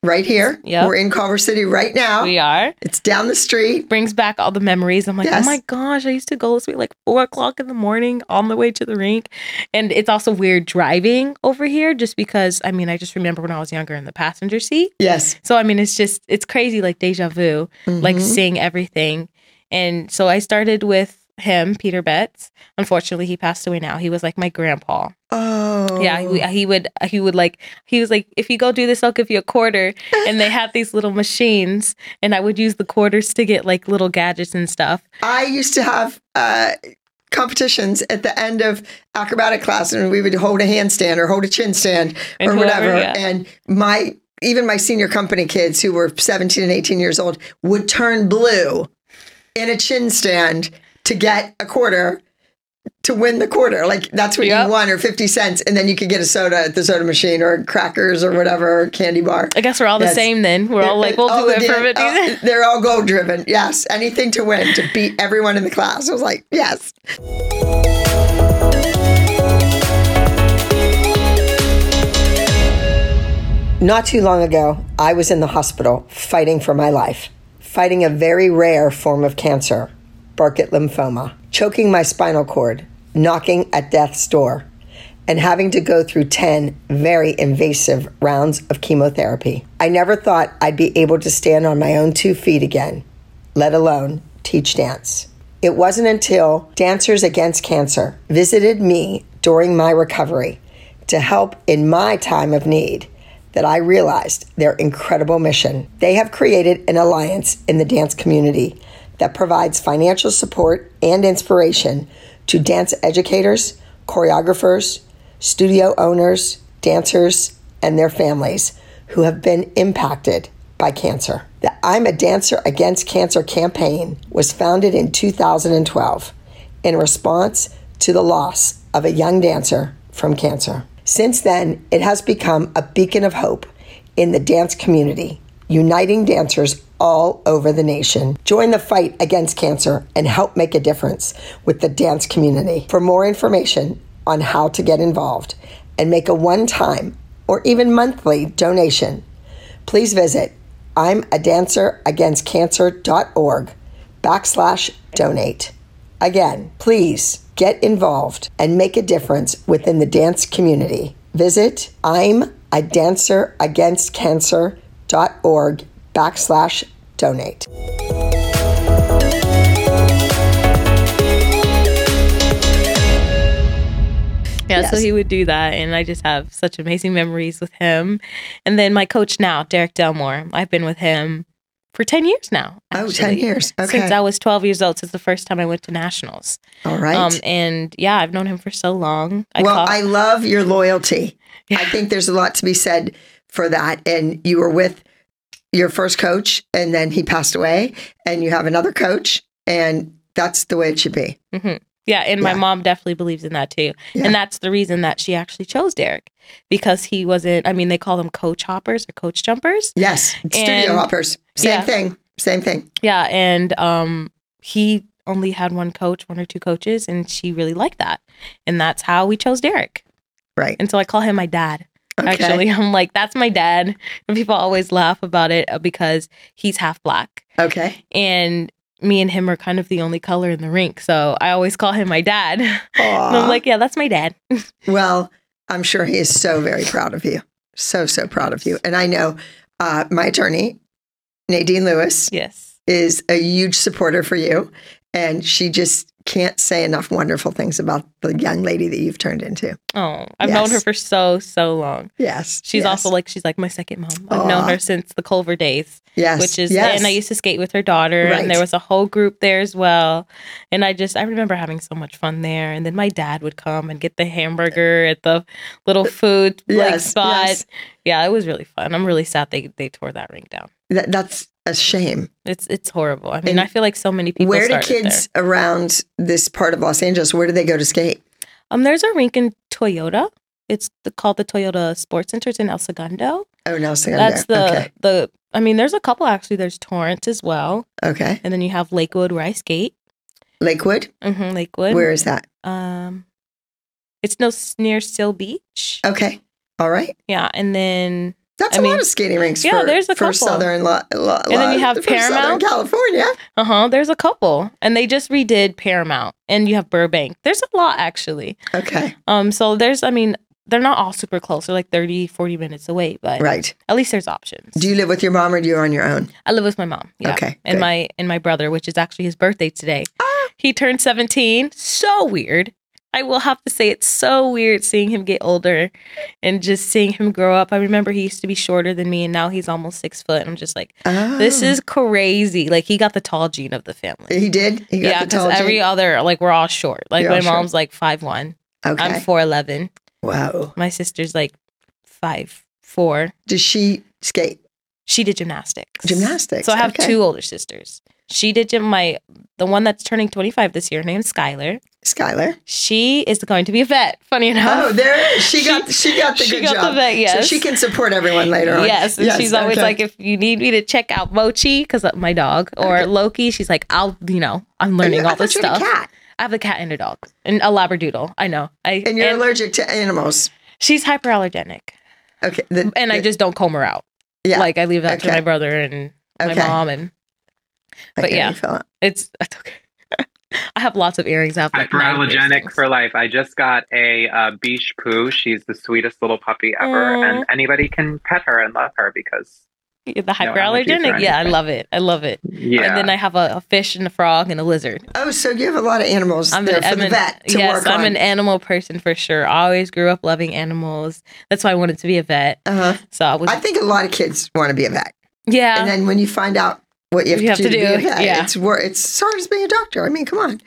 Speaker 1: right here.
Speaker 2: Yep.
Speaker 1: We're in Culver City right now.
Speaker 2: We are
Speaker 1: It's down the street.
Speaker 2: brings back all the memories. I'm like,
Speaker 1: Yes.
Speaker 2: oh my gosh, I used to go this way like four o'clock in the morning on the way to the rink, and it's also weird driving over here just because I mean I just remember when I was younger in the passenger seat.
Speaker 1: Yes.
Speaker 2: So I mean, it's just it's crazy, like deja vu, like
Speaker 1: Mhm.
Speaker 2: seeing everything. And so I started with him, Peter Betts. Unfortunately, he passed away now. He was like my grandpa.
Speaker 1: oh
Speaker 2: Yeah, he, he would he would like he was like if you go do this, I'll give you a quarter. And they had these little machines, and I would use the quarters to get like little gadgets and stuff.
Speaker 1: I used to have uh, competitions at the end of acrobatic class, and we would hold a handstand or hold a chin stand
Speaker 2: And
Speaker 1: or
Speaker 2: whoever,
Speaker 1: whatever.
Speaker 2: yeah.
Speaker 1: And my even my senior company kids who were 17 and 18 years old would turn blue in a chin stand to get a quarter to win the quarter. Like that's what
Speaker 2: Yep.
Speaker 1: you won or 50 cents. And then you could get a soda at the soda machine or crackers or whatever, or candy bar.
Speaker 2: I guess we're all the
Speaker 1: Yes.
Speaker 2: same then. We're all like, we'll
Speaker 1: All
Speaker 2: do
Speaker 1: the
Speaker 2: it for
Speaker 1: damn-
Speaker 2: fifty
Speaker 1: uh, <laughs> They're all goal driven. Yes. Anything to win, to beat everyone in the class. I was like, yes. Not too long ago, I was in the hospital fighting for my life, fighting a very rare form of cancer, Burkitt lymphoma, choking my spinal cord, knocking at death's door. and having to go through 10 very invasive rounds of chemotherapy. I never thought I'd be able to stand on my own two feet again, let alone teach dance. It wasn't until Dancers Against Cancer visited me during my recovery to help in my time of need that I realized their incredible mission. They have created an alliance in the dance community that provides financial support and inspiration to dance educators, choreographers, studio owners, dancers, and their families who have been impacted by cancer. The I'm a Dancer Against Cancer campaign was founded in 2012 in response to the loss of a young dancer from cancer. Since then, it has become a beacon of hope in the dance community, uniting dancers all over the nation. Join the fight against cancer and help make a difference with the dance community. For more information on how to get involved and make a one time or even monthly donation, please visit I'm a dancer against cancer.org backslash donate. Again, please get involved and make a difference within the dance community. Visit I'm a dancer against cancer.org backslash donate.
Speaker 2: Yeah,
Speaker 1: oh,
Speaker 2: so
Speaker 1: Yes.
Speaker 2: he would do that, and I just have such amazing memories with him. And then my coach now, Derek Delmore, I've been with him for ten years now.
Speaker 1: Oh, 10
Speaker 2: actually.
Speaker 1: years. Okay.
Speaker 2: Since I was twelve years old, since the first time I went to nationals.
Speaker 1: All right.
Speaker 2: Um, and yeah, I've known him for so long. I
Speaker 1: well,
Speaker 2: call-
Speaker 1: I love your loyalty. I
Speaker 2: Yeah.
Speaker 1: think there's a lot to be said for that. And you were with your first coach, and then he passed away, and you have another coach, and that's the way it should be.
Speaker 2: Yeah, and my
Speaker 1: Yeah.
Speaker 2: mom definitely believes in that too.
Speaker 1: Yeah.
Speaker 2: And that's the reason that she actually chose Derek because he wasn't, I mean, they call them coach hoppers or coach jumpers.
Speaker 1: Yes. Studio
Speaker 2: And-
Speaker 1: hoppers. Same
Speaker 2: yeah.
Speaker 1: thing. Same thing.
Speaker 2: Yeah, and um he only had one coach, one or two coaches, and she really liked that. And that's how we chose Derek.
Speaker 1: Right.
Speaker 2: And so I call him my dad.
Speaker 1: Okay.
Speaker 2: Actually, <laughs> I'm like, that's my dad. And people always laugh about it uh, because he's half black.
Speaker 1: Okay.
Speaker 2: And me and him are kind of the only color in the rink. So I always call him my dad. <laughs> And
Speaker 1: Aw.
Speaker 2: I'm like, yeah, that's my dad.
Speaker 1: Well, I'm sure he is so very proud of you. So, so proud of you. And I know uh, my attorney, Nadine Lewis,
Speaker 2: Yes.
Speaker 1: is a huge supporter for you. And she just can't say enough wonderful things about the young lady that you've turned into.
Speaker 2: Oh, I've known her
Speaker 1: Yes.
Speaker 2: for so so long.
Speaker 1: Yes.
Speaker 2: She's
Speaker 1: yes,
Speaker 2: also like she's like my second mom. I've
Speaker 1: Aw.
Speaker 2: known her since the Culver days,
Speaker 1: yes,
Speaker 2: which is
Speaker 1: yes.
Speaker 2: and I used to skate with her daughter,
Speaker 1: Right.
Speaker 2: and there was a whole group there as well. And I just I remember having so much fun there. And then my dad would come and get the hamburger at the little food like
Speaker 1: Uh, Yes,
Speaker 2: spot.
Speaker 1: yes.
Speaker 2: Yeah, it was really fun. I'm really sad they they tore that rink down.
Speaker 1: That, that's a shame.
Speaker 2: It's it's horrible. I mean,
Speaker 1: And
Speaker 2: I feel like so many people.
Speaker 1: where do
Speaker 2: started there.
Speaker 1: kids around this part of Los Angeles, where do they go to skate?
Speaker 2: Um, there's a rink in Toyota. It's the, called the Toyota Sports Center. It's in El Segundo.
Speaker 1: Oh, no, San
Speaker 2: That's
Speaker 1: Diego.
Speaker 2: the the. I mean, there's a couple actually. There's Torrance as well,
Speaker 1: Okay. Okay.
Speaker 2: and then you have Lakewood where I skate.
Speaker 1: Lakewood?
Speaker 2: hmm Lakewood.
Speaker 1: Where is that?
Speaker 2: Um, it's no s- near Still Beach.
Speaker 1: Okay. All right.
Speaker 2: Yeah, and then
Speaker 1: That's
Speaker 2: I
Speaker 1: a lot
Speaker 2: mean,
Speaker 1: of skating rinks
Speaker 2: yeah,
Speaker 1: for,
Speaker 2: there's a
Speaker 1: for
Speaker 2: couple.
Speaker 1: Southern lo, lo,
Speaker 2: And then you
Speaker 1: lo-
Speaker 2: have
Speaker 1: for Southern
Speaker 2: Paramount.
Speaker 1: California.
Speaker 2: uh huh. There's a couple, and they just redid Paramount, and you have Burbank. There's a lot actually.
Speaker 1: Okay.
Speaker 2: Um, so there's I mean they're not all super close. They're like 30, 40 minutes away, but
Speaker 1: Right.
Speaker 2: at least there's options.
Speaker 1: Do you live with your mom or do you on your own?
Speaker 2: I live with my mom. Yeah.
Speaker 1: Okay.
Speaker 2: and
Speaker 1: good.
Speaker 2: my and my brother, which is actually his birthday today.
Speaker 1: Ah.
Speaker 2: He turned 17. So weird. I will have to say it's so weird seeing him get older and just seeing him grow up. I remember he used to be shorter than me and now he's almost six foot. And I'm just like,
Speaker 1: Oh.
Speaker 2: this is crazy. Like he got the tall gene of the family.
Speaker 1: He did? He got
Speaker 2: yeah,
Speaker 1: the tall
Speaker 2: every
Speaker 1: gene?
Speaker 2: other like we're all short. Like
Speaker 1: You're
Speaker 2: my
Speaker 1: all short.
Speaker 2: mom's like five one.
Speaker 1: Okay.
Speaker 2: I'm four eleven.
Speaker 1: wow.
Speaker 2: My sister's like five four.
Speaker 1: Does she skate
Speaker 2: She did gymnastics.
Speaker 1: gymnastics?
Speaker 2: So I have
Speaker 1: Okay.
Speaker 2: two older sisters. She did gym, my the one that's turning 25 this year, named Skylar.
Speaker 1: Skylar.
Speaker 2: She is going to be a vet. Funny enough.
Speaker 1: Oh, there it is. She got she got the
Speaker 2: she
Speaker 1: good
Speaker 2: got the
Speaker 1: job.
Speaker 2: vet,
Speaker 1: So
Speaker 2: yes.
Speaker 1: she can support everyone later on.
Speaker 2: Yes, and she's always
Speaker 1: okay.
Speaker 2: like, if you need me to check out Mochi, because my dog, or
Speaker 1: Okay.
Speaker 2: Loki, she's like, I'll, you know, I'm
Speaker 1: And
Speaker 2: learning
Speaker 1: you- I
Speaker 2: all
Speaker 1: thought
Speaker 2: this
Speaker 1: you had a
Speaker 2: stuff.
Speaker 1: cat.
Speaker 2: I have a cat and a dog and a labradoodle. I know. I
Speaker 1: And you're
Speaker 2: and
Speaker 1: allergic to animals.
Speaker 2: she's hyperallergenic,
Speaker 1: Okay. the-
Speaker 2: and I
Speaker 1: the-
Speaker 2: just don't comb her out.
Speaker 1: Yeah.
Speaker 2: Like I leave that to
Speaker 1: Okay.
Speaker 2: my brother and
Speaker 1: Okay.
Speaker 2: my mom, and
Speaker 1: I
Speaker 2: but
Speaker 1: hear
Speaker 2: yeah.
Speaker 1: you, Philip.
Speaker 2: <laughs> it's that's okay. I have lots of earrings out there.
Speaker 3: Hyperallergenic for life. I just got a uh, Biche Poo. She's the sweetest little puppy ever,
Speaker 2: Aw.
Speaker 3: and anybody can pet her and love her because
Speaker 2: the
Speaker 3: allergies or
Speaker 2: hyperallergenic. yeah, I
Speaker 3: anything.
Speaker 2: love it. I love it.
Speaker 3: yeah.
Speaker 2: And then I have a, a fish and a frog and a lizard.
Speaker 1: Oh, so you have a lot of animals
Speaker 2: I'm
Speaker 1: there
Speaker 2: an,
Speaker 1: for
Speaker 2: I'm
Speaker 1: the
Speaker 2: an-
Speaker 1: vet to
Speaker 2: yes,
Speaker 1: work
Speaker 2: I'm
Speaker 1: on.
Speaker 2: an animal person for sure. I always grew up loving animals. That's why I wanted to be a vet.
Speaker 1: uh-huh.
Speaker 2: So I was,
Speaker 1: I think a lot of kids want to be a vet,
Speaker 2: yeah,
Speaker 1: and then when you find out what you have, to, do, to be a vet,
Speaker 2: yeah.
Speaker 1: it's wor- it's as hard as being a doctor. I mean, come on.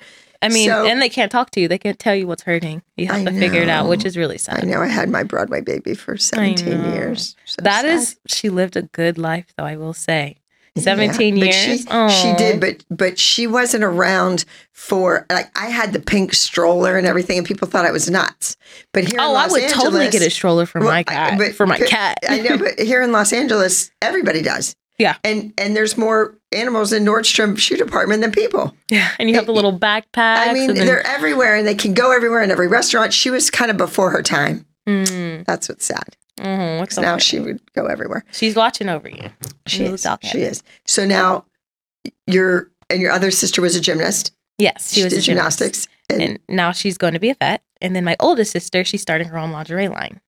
Speaker 2: I mean,
Speaker 1: so-
Speaker 2: and they can't talk to you. They can't tell you what's hurting. You have
Speaker 1: I
Speaker 2: to figure it out, which
Speaker 1: know.
Speaker 2: is really
Speaker 1: I
Speaker 2: sad.
Speaker 1: know I had my Broadway baby for 17
Speaker 2: know.
Speaker 1: years. So
Speaker 2: That
Speaker 1: sad.
Speaker 2: is, she lived a good life, though. I will say,
Speaker 1: Yeah,
Speaker 2: 17
Speaker 1: but
Speaker 2: years.
Speaker 1: She, she
Speaker 2: Aw.
Speaker 1: did, but but she wasn't around for like I had the pink stroller and everything, and people thought I was nuts. But here, in
Speaker 2: oh, I
Speaker 1: Los
Speaker 2: would totally
Speaker 1: Angeles-
Speaker 2: get a stroller for
Speaker 1: Well,
Speaker 2: my
Speaker 1: I-
Speaker 2: cat.
Speaker 1: but-
Speaker 2: for my
Speaker 1: but-
Speaker 2: cat.
Speaker 1: I know, but here in Los Angeles, everybody does.
Speaker 2: Yeah.
Speaker 1: and and there's more animals in Nordstrom shoe department than people.
Speaker 2: Yeah, <laughs> and you have the little backpacks.
Speaker 1: I mean,
Speaker 2: and then-
Speaker 1: they're everywhere, and they can go everywhere in every restaurant. She was kind of before her time.
Speaker 2: Mm,
Speaker 1: That's what's sad.
Speaker 2: mm, what's
Speaker 1: 'Cause now
Speaker 2: up?
Speaker 1: she would go everywhere.
Speaker 2: she's watching over you.
Speaker 1: She
Speaker 2: Little
Speaker 1: is.
Speaker 2: dog
Speaker 1: She
Speaker 2: head.
Speaker 1: is. So now, your and your other sister was a gymnast.
Speaker 2: Yes, she was
Speaker 1: did
Speaker 2: a gymnast.
Speaker 1: gymnastics. And,
Speaker 2: and now she's going to be a vet. And then my oldest sister, she's starting her own lingerie line.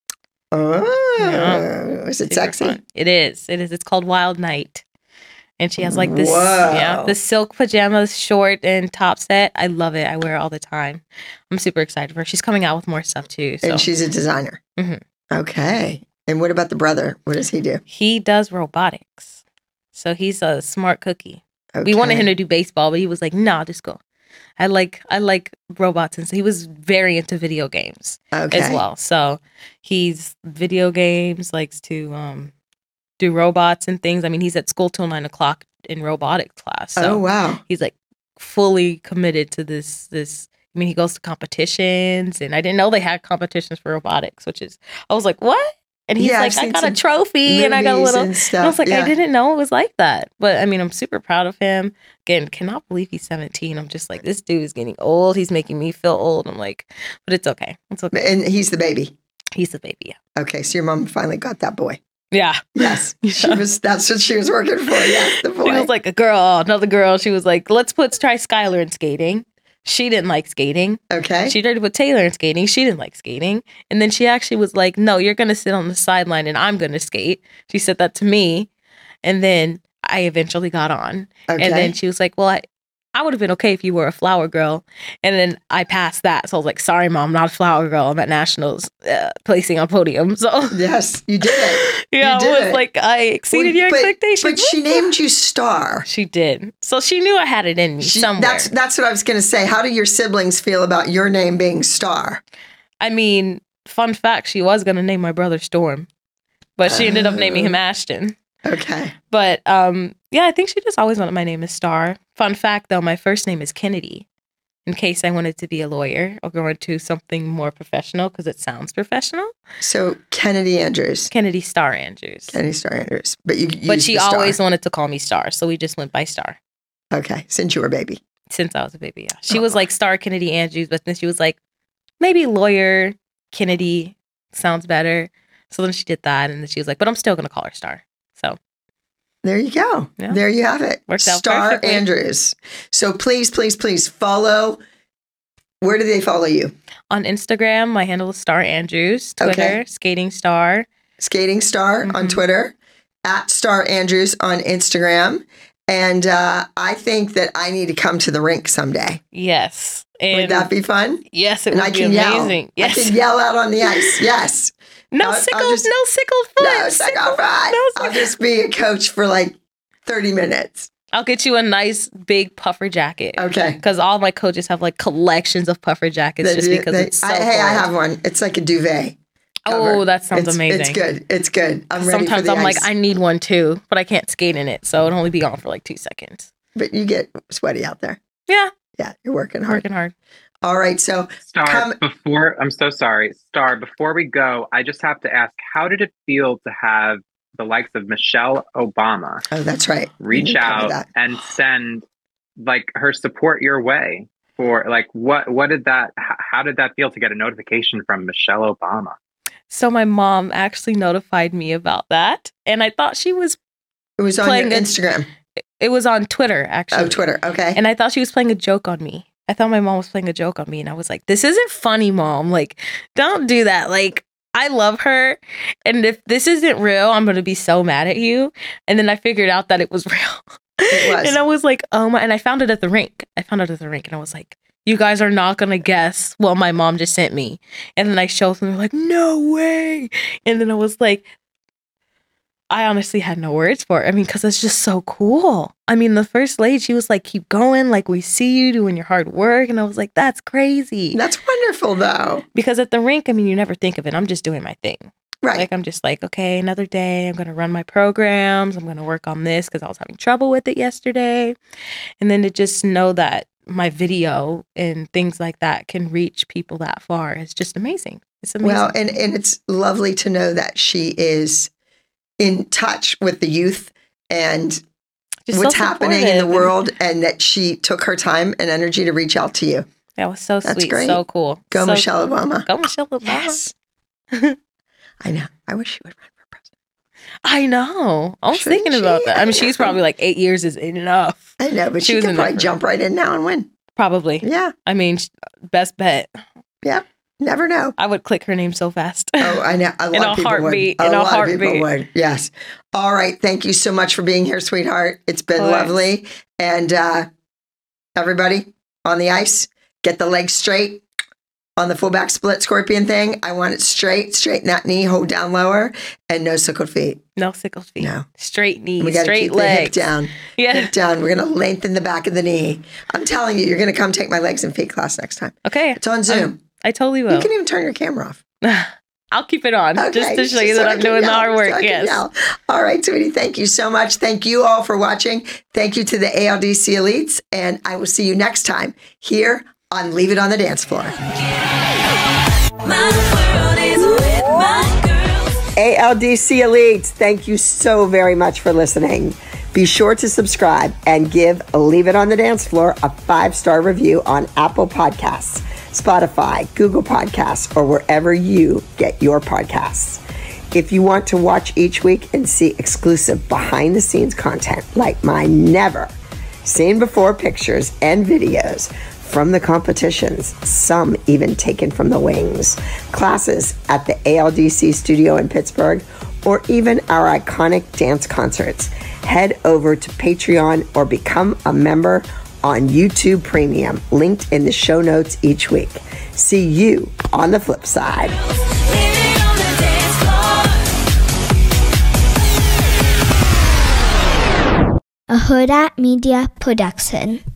Speaker 1: oh,
Speaker 2: Yeah.
Speaker 1: is it
Speaker 2: Super
Speaker 1: sexy?
Speaker 2: fun. It is. It is. It's called Wild Night. And she has like this, yeah,
Speaker 1: Wow.
Speaker 2: the silk pajamas, short and top set. I love it. I wear it all the time. I'm super excited for her. She's coming out with more stuff too. So
Speaker 1: And she's a designer.
Speaker 2: Mhm.
Speaker 1: Okay. And what about the brother? What does he do?
Speaker 2: he does robotics. So he's a smart cookie. We wanted him to do baseball, but he was like, "Nah, just go." I like I like robots, and so he was very into video games.
Speaker 1: okay.
Speaker 2: as well. So he's video games, likes to um, do robots and things. I mean, he's at school till nine o'clock in robotics class. So
Speaker 1: oh wow.
Speaker 2: he's like fully committed to this. This. I mean, he goes to competitions, and I didn't know they had competitions for robotics, which is I was like, what? And he's
Speaker 1: Yeah,
Speaker 2: like,
Speaker 1: I've
Speaker 2: I
Speaker 1: seen
Speaker 2: got a
Speaker 1: some
Speaker 2: trophy, and I got a
Speaker 1: Movies
Speaker 2: little.
Speaker 1: and stuff.
Speaker 2: I was like,
Speaker 1: yeah.
Speaker 2: I didn't know it was like that. But I mean, I'm super proud of him. Again, cannot believe he's 17. I'm just like, this dude is getting old. He's making me feel old. I'm like, but it's okay. It's okay.
Speaker 1: And he's the baby.
Speaker 2: He's a baby.
Speaker 1: Okay, so your mom finally got that boy.
Speaker 2: Yeah.
Speaker 1: Yes, <laughs> she was. That's what she was working for. Yes, the boy.
Speaker 2: She was like a girl, another girl. She was like, let's put try Skylar in skating. She didn't like skating.
Speaker 1: okay.
Speaker 2: She tried to put Taylor in skating. She didn't like skating. And then she actually was like, no, you're going to sit on the sideline and I'm going to skate. She said that to me. And then I eventually got on.
Speaker 1: okay.
Speaker 2: And then she was like, well, I, I would have been okay if you were a flower girl. And then I passed that. So I was like, sorry, mom, not a flower girl. I'm at nationals uh, placing on podium. <laughs> So
Speaker 1: yes, you did it.
Speaker 2: yeah,
Speaker 1: did
Speaker 2: I was
Speaker 1: it.
Speaker 2: like, I <laughs> exceeded
Speaker 1: Well,
Speaker 2: your
Speaker 1: but-
Speaker 2: expectations.
Speaker 1: But she named you Star.
Speaker 2: She did. So she knew I had it in me
Speaker 1: She,
Speaker 2: somewhere.
Speaker 1: that's that's what I was going to say. How do your siblings feel about your name being Star?
Speaker 2: I mean, fun fact, she was going to name my brother Storm, but she ended up
Speaker 1: <laughs>
Speaker 2: naming him Ashton.
Speaker 1: Okay.
Speaker 2: But um, yeah, I think she just always wanted my name is Star. Fun fact, though, my first name is Kennedy. In case I wanted to be a lawyer or go into something more professional because it sounds professional,
Speaker 1: So Kennedy Andrews,
Speaker 2: Kennedy Star Andrews.
Speaker 1: Kennedy Star Andrews, but you, you
Speaker 2: but
Speaker 1: used
Speaker 2: she
Speaker 1: the star.
Speaker 2: always wanted to call me Star, so we just went by Star.
Speaker 1: okay since you were a baby.
Speaker 2: since I was a baby. Yeah. She was
Speaker 1: Uh-uh.
Speaker 2: like Star Kennedy Andrews, but then she was like, maybe lawyer Kennedy sounds better. So then she did that, and then she was like, but I'm still gonna call her Star. So
Speaker 1: There you go.
Speaker 2: Yeah.
Speaker 1: There you have it.
Speaker 2: Worked out
Speaker 1: Star
Speaker 2: perfectly.
Speaker 1: Andrews. So please, please, please follow. Where do they follow you?
Speaker 2: on Instagram, my handle is Star Andrews. Twitter,
Speaker 1: Okay.
Speaker 2: Skating Star.
Speaker 1: Skating Star on
Speaker 2: Mhm.
Speaker 1: Twitter, at Star Andrews on Instagram. And uh, I think that I need to come to the rink someday.
Speaker 2: Yes,
Speaker 1: Would
Speaker 2: and
Speaker 1: that be fun?
Speaker 2: yes, it
Speaker 1: and
Speaker 2: would
Speaker 1: I
Speaker 2: be
Speaker 1: can yell.
Speaker 2: amazing. Yes,
Speaker 1: I can yell out on the
Speaker 2: <laughs>
Speaker 1: ice. Yes.
Speaker 2: no
Speaker 1: I'll- I'll
Speaker 2: sickle,
Speaker 1: just-
Speaker 2: no sickled foot.
Speaker 1: No, second
Speaker 2: Sickle-
Speaker 1: ride.
Speaker 2: no
Speaker 1: I'll
Speaker 2: sickle-
Speaker 1: just be a coach for like 30 minutes.
Speaker 2: I'll get you a nice big puffer jacket.
Speaker 1: Okay.
Speaker 2: Because all my coaches have like collections of puffer jackets
Speaker 1: They
Speaker 2: just
Speaker 1: do-
Speaker 2: because
Speaker 1: they-
Speaker 2: it's so
Speaker 1: I, hey, I
Speaker 2: cold.
Speaker 1: have one. It's like a duvet.
Speaker 2: Oh,
Speaker 1: covered.
Speaker 2: that sounds
Speaker 1: it's,
Speaker 2: amazing.
Speaker 1: It's good. It's good. I'm ready for
Speaker 2: Sometimes
Speaker 1: the
Speaker 2: I'm like,
Speaker 1: ice.
Speaker 2: I need one too, but I can't skate in it, so it'll only be on for like two seconds.
Speaker 1: but you get sweaty out there.
Speaker 2: Yeah.
Speaker 1: Yeah, you're working hard.
Speaker 2: Working hard.
Speaker 1: All right. So
Speaker 3: Star,
Speaker 1: Come-
Speaker 3: <laughs> before I'm so sorry, Star. Before we go, I just have to ask, how did it feel to have the likes of Michelle Obama
Speaker 1: oh that's right. We
Speaker 3: reach
Speaker 1: didn't cover
Speaker 3: out
Speaker 1: that.
Speaker 3: and send like her support your way for like what what did that h- how did that feel to get a notification from Michelle Obama?
Speaker 2: So my mom actually notified me about that, and I thought she was.
Speaker 1: It was on
Speaker 2: playing
Speaker 1: your
Speaker 2: a-
Speaker 1: Instagram.
Speaker 2: It was on Twitter actually.
Speaker 1: Oh Twitter. Okay.
Speaker 2: And I thought she was playing a joke on me. I thought my mom was playing a joke on me, and I was like, "This isn't funny, mom. Like, don't do that. Like, I love her, and if this isn't real, I'm gonna be so mad at you." And then I figured out that it was <laughs> real.
Speaker 1: It was.
Speaker 2: and I was like, "Oh my!" And I found it at the rink. I found it at the rink, and I was like, "You guys are not gonna guess what my mom just sent me." And then I showed them, they're like, "No way!" And then I was like, I honestly had no words for it. I mean, because it's just so cool. I mean, the first lady, she was like, keep going. Like, we see you doing your hard work. And I was like, that's crazy.
Speaker 1: That's wonderful, though.
Speaker 2: Because at the rink, I mean, you never think of it. I'm just doing my thing.
Speaker 1: Right.
Speaker 2: Like, I'm just like, okay, another day. I'm going to run my programs. I'm going to work on this because I was having trouble with it yesterday. And then to just know that my video and things like that can reach people that far is just amazing. It's amazing.
Speaker 1: well, and, and it's lovely to know that she is in touch with the youth and
Speaker 2: Just so
Speaker 1: what's happening in the
Speaker 2: supportive and-
Speaker 1: world and that she took her time and energy to reach out to you.
Speaker 2: That was so
Speaker 1: That's
Speaker 2: sweet.
Speaker 1: great.
Speaker 2: So cool.
Speaker 1: Go,
Speaker 2: So
Speaker 1: Michelle
Speaker 2: cool.
Speaker 1: Obama.
Speaker 2: Go, Michelle Obama. <laughs>
Speaker 1: Yes. I know. I wish she would run for president.
Speaker 2: I know. I was
Speaker 1: Shouldn't
Speaker 2: thinking about
Speaker 1: she?
Speaker 2: that. I mean, she's probably like eight years is enough.
Speaker 1: I know, but
Speaker 2: She
Speaker 1: she,
Speaker 2: was
Speaker 1: could
Speaker 2: in
Speaker 1: probably
Speaker 2: that
Speaker 1: jump right in now and win.
Speaker 2: Probably.
Speaker 1: Yeah.
Speaker 2: I mean, sh- best bet.
Speaker 1: Never know.
Speaker 2: I would click her name so fast. <laughs>
Speaker 1: Oh, I know. A lot
Speaker 2: In a
Speaker 1: of people
Speaker 2: heartbeat,
Speaker 1: would.
Speaker 2: in a
Speaker 1: lot of people
Speaker 2: heartbeat.
Speaker 1: would. Yes. All right. Thank you so much for being here, sweetheart. It's been
Speaker 2: Of course.
Speaker 1: lovely. And uh, everybody on the ice, get the legs straight on the fullback split scorpion thing. I want it straight. Straighten that knee. Hold down lower, and no suckled feet.
Speaker 2: no sickle feet.
Speaker 1: No.
Speaker 2: Straight knees.
Speaker 1: We got to
Speaker 2: straight
Speaker 1: keep the hip
Speaker 2: legs.
Speaker 1: down. <laughs>
Speaker 2: Yeah. <laughs>
Speaker 1: Hip down. We're going to lengthen the back of the knee. I'm telling you, you're going to come take my legs and feet class next time.
Speaker 2: Okay.
Speaker 1: It's on Zoom.
Speaker 2: I totally
Speaker 1: you
Speaker 2: will.
Speaker 1: can even turn your camera off.
Speaker 2: I'll keep it on just to show you that
Speaker 1: so I
Speaker 2: I'm
Speaker 1: can
Speaker 2: doing the
Speaker 1: yell,
Speaker 2: hard
Speaker 1: so
Speaker 2: work.
Speaker 1: I can
Speaker 2: yes.
Speaker 1: yell. All right, sweetie. Thank you so much. Thank you all for watching. Thank you to the ALDC elites, and I will see you next time here on Leave It on the Dance Floor.
Speaker 4: My world is with my girls.
Speaker 1: ALDC elites, thank you so very much for listening. Be sure to subscribe and give Leave It on the Dance Floor a five star review on Apple Podcasts, Spotify, Google Podcasts, or wherever you get your podcasts. If you want to watch each week and see exclusive behind the scenes content like my never seen before pictures and videos from the competitions, some even taken from the wings, classes at the ALDC studio in Pittsburgh, or even our iconic dance concerts. Head over to Patreon or become a member on YouTube Premium, linked in the show notes each week. See you on the flip side.
Speaker 4: Leave it on the dance floor.
Speaker 5: a Huda Media production.